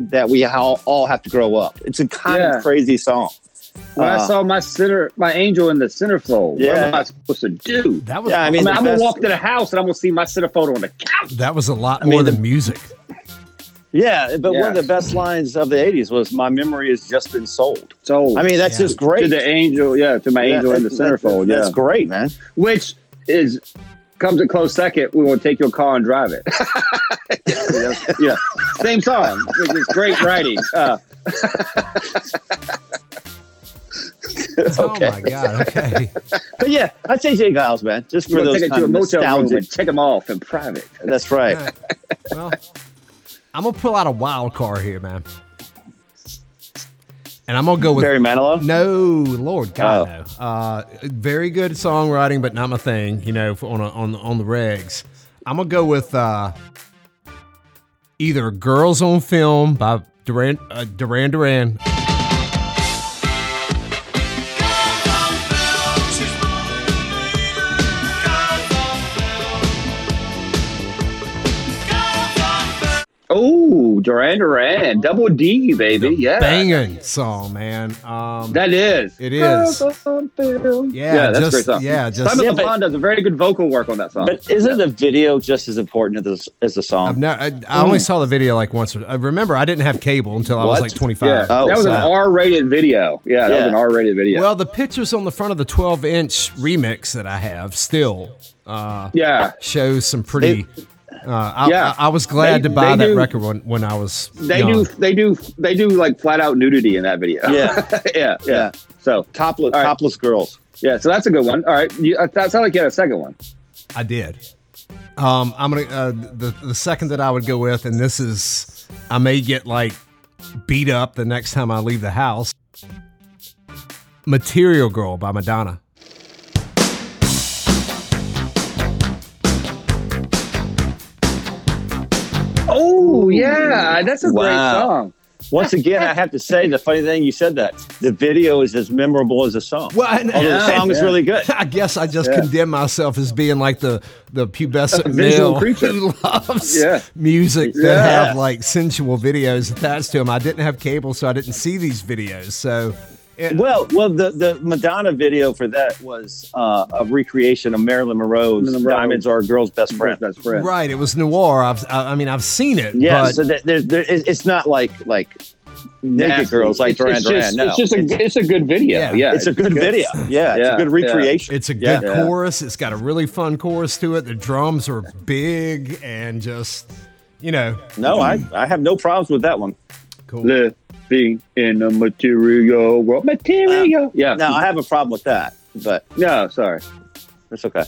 A: that we all, all have to grow up. It's a kind
B: Yeah.
A: of crazy song.
B: When I
A: Uh,
B: saw my center, my angel in the centerfold, what
A: Yeah.
B: am I supposed to do?
C: that was
A: yeah, I
B: I
A: mean,
B: mean,
A: the
B: I'm gonna
A: best-
B: walk to the house and I'm gonna see my centerfold on the couch.
C: that was a lot
A: mean,
C: more
A: the-
C: than music.
A: yeah, but one of the
B: Yes.
A: best lines of the '80s was "My memory has just been sold."
B: So
A: I mean, that's
C: Yeah.
A: just great.
B: to the angel, yeah, to my
A: Yeah,
B: angel in the
A: that- that-
B: centerfold, yeah.
A: That's great, man.
B: which is comes a close second. We will take your car and drive it. yeah, same song, which is great writing. Uh,
A: okay.
C: Oh my god. Okay.
A: But yeah, I'd say Jay Giles, man, just for
B: We're gonna
A: those
B: take it
A: kind
B: to a
A: of
B: motel room
A: nostalgic.
B: and take them off in private.
A: That's right.
C: Well, I'm gonna pull out a wild card here, man. And I'm gonna go with
A: Barry Manilow.
C: no, Lord God,
A: Oh.
C: no. Uh, very good songwriting, but not my thing. You know, for- on a, on on the regs. I'm gonna go with uh, either "Girls on Film" by Duran uh, Duran Duran,
B: Oh, Duran Duran, double D, baby. Yeah,
C: banging song, man. Um,
B: that is.
C: it is. Yeah,
B: Yeah, that's a
C: just,
B: great song.
C: Yeah, just.
B: Simon
A: Yeah, but-
B: LeBond does a very good vocal work on that song.
A: But isn't the video just as important as as the
C: I've
A: song?
C: never, I, I only saw the video like once. or- I remember I didn't have cable until I was
A: What?
C: like 25.
B: yeah,
A: Oh,
B: that was an
A: wow.
B: R-rated video. Yeah, that was
A: Yeah.
B: an R-rated video.
C: Well, the pictures on the front of the 12 inch remix that I have still uh,
B: yeah,
C: shows some pretty. uh, I,
B: Yeah.
C: I, I was glad
B: They-
C: to buy
B: they
C: that
B: do-
C: record when, when I was
B: they do,
C: young.
B: they do, they do like flat out nudity in that video.
A: Yeah.
B: yeah, yeah.
A: Yeah.
B: So
A: Topless,
B: All right.
A: topless girls.
B: yeah, so that's a good one. All right, you, uh, that sounded like you had a second one.
C: I did. Um, I'm gonna uh, the the second that I would go with, and this is I may get like beat up the next time I leave the house. Material Girl by Madonna.
B: Oh yeah, that's a great
A: Wow.
B: song.
A: Once again, I have to say the funny thing you said that the video is as memorable as the song.
C: Well, and-
A: Although the
C: Yeah,
A: song is
B: yeah.
A: really good.
C: I guess I just condemn myself as being like the the pubescent
B: visual
C: male
B: creature.
C: who loves
B: Yeah.
C: music that
B: Yeah.
C: have like sensual videos attached to them. I didn't have cable, so I didn't see these videos. So, it,
A: Well, well, the, the Madonna video for that was uh, a recreation of Marilyn Monroe's
B: Marilyn Monroe.
A: "Diamonds Are a Girl's Best Friend."
B: Best, best friend.
C: right, it was noir. I've, I, I mean, I've seen it.
A: Yeah,
C: but
A: so that there, there, it- it's not like like naked
B: Nasty.
A: girls like
B: It's-
A: Duran
B: it's
A: Duran.
B: just-
A: No,
B: it's just a it's, a good video.
C: Yeah.
B: Yeah,
A: it's a good video. Yeah, it's
B: Yeah,
A: a good
B: yeah.
A: recreation.
C: It's a good
A: Yeah.
B: Yeah.
C: chorus. It's got a really fun chorus to it. The drums are big and just, you know,
A: No, I I have no problems with that one.
C: cool.
B: Living in a material world, material. yeah,
A: No, I have a problem with that, but
B: no, sorry,
A: it's okay.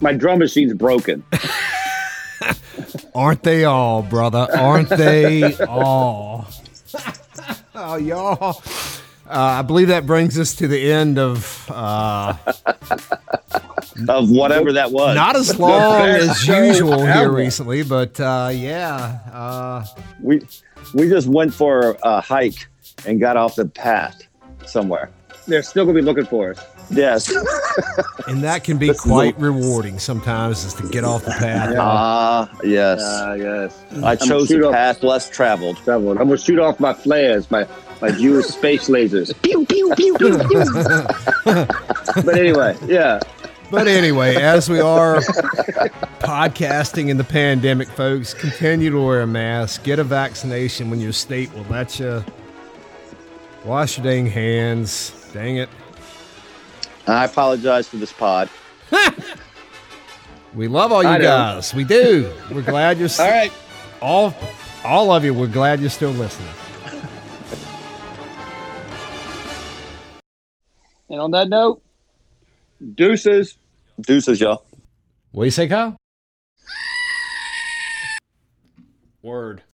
B: my drum machine's broken.
C: Aren't they all, brother? Aren't they all? oh, y'all. Uh, I believe that brings us to the end of uh,
A: Of whatever that was.
C: not as long as usual here
B: album.
C: recently, but uh, yeah, uh,
A: we we just went for a hike and got off the path somewhere.
B: They're still gonna be looking for us.
A: Yes.
C: and that can be quite rewarding sometimes, is to get off the path.
A: Ah, yes.
B: Ah, yes.
A: I chose
B: shoot
A: the
B: off-
A: path less traveled.
B: That one. I'm gonna shoot off my flares, my my Jewish space lasers. But anyway, yeah,
C: But anyway, as we are podcasting in the pandemic, folks, continue to wear a mask, get a vaccination when your state will let you. Wash your dang hands. Dang it.
A: I apologize for this pod.
C: We love all you
B: I do.
C: guys. We do. We're glad you're
B: all right.
C: all all of you. We're glad you're still listening.
B: And on that note, deuces.
A: Deuces, y'all.
C: What do you say, Kyle? Word.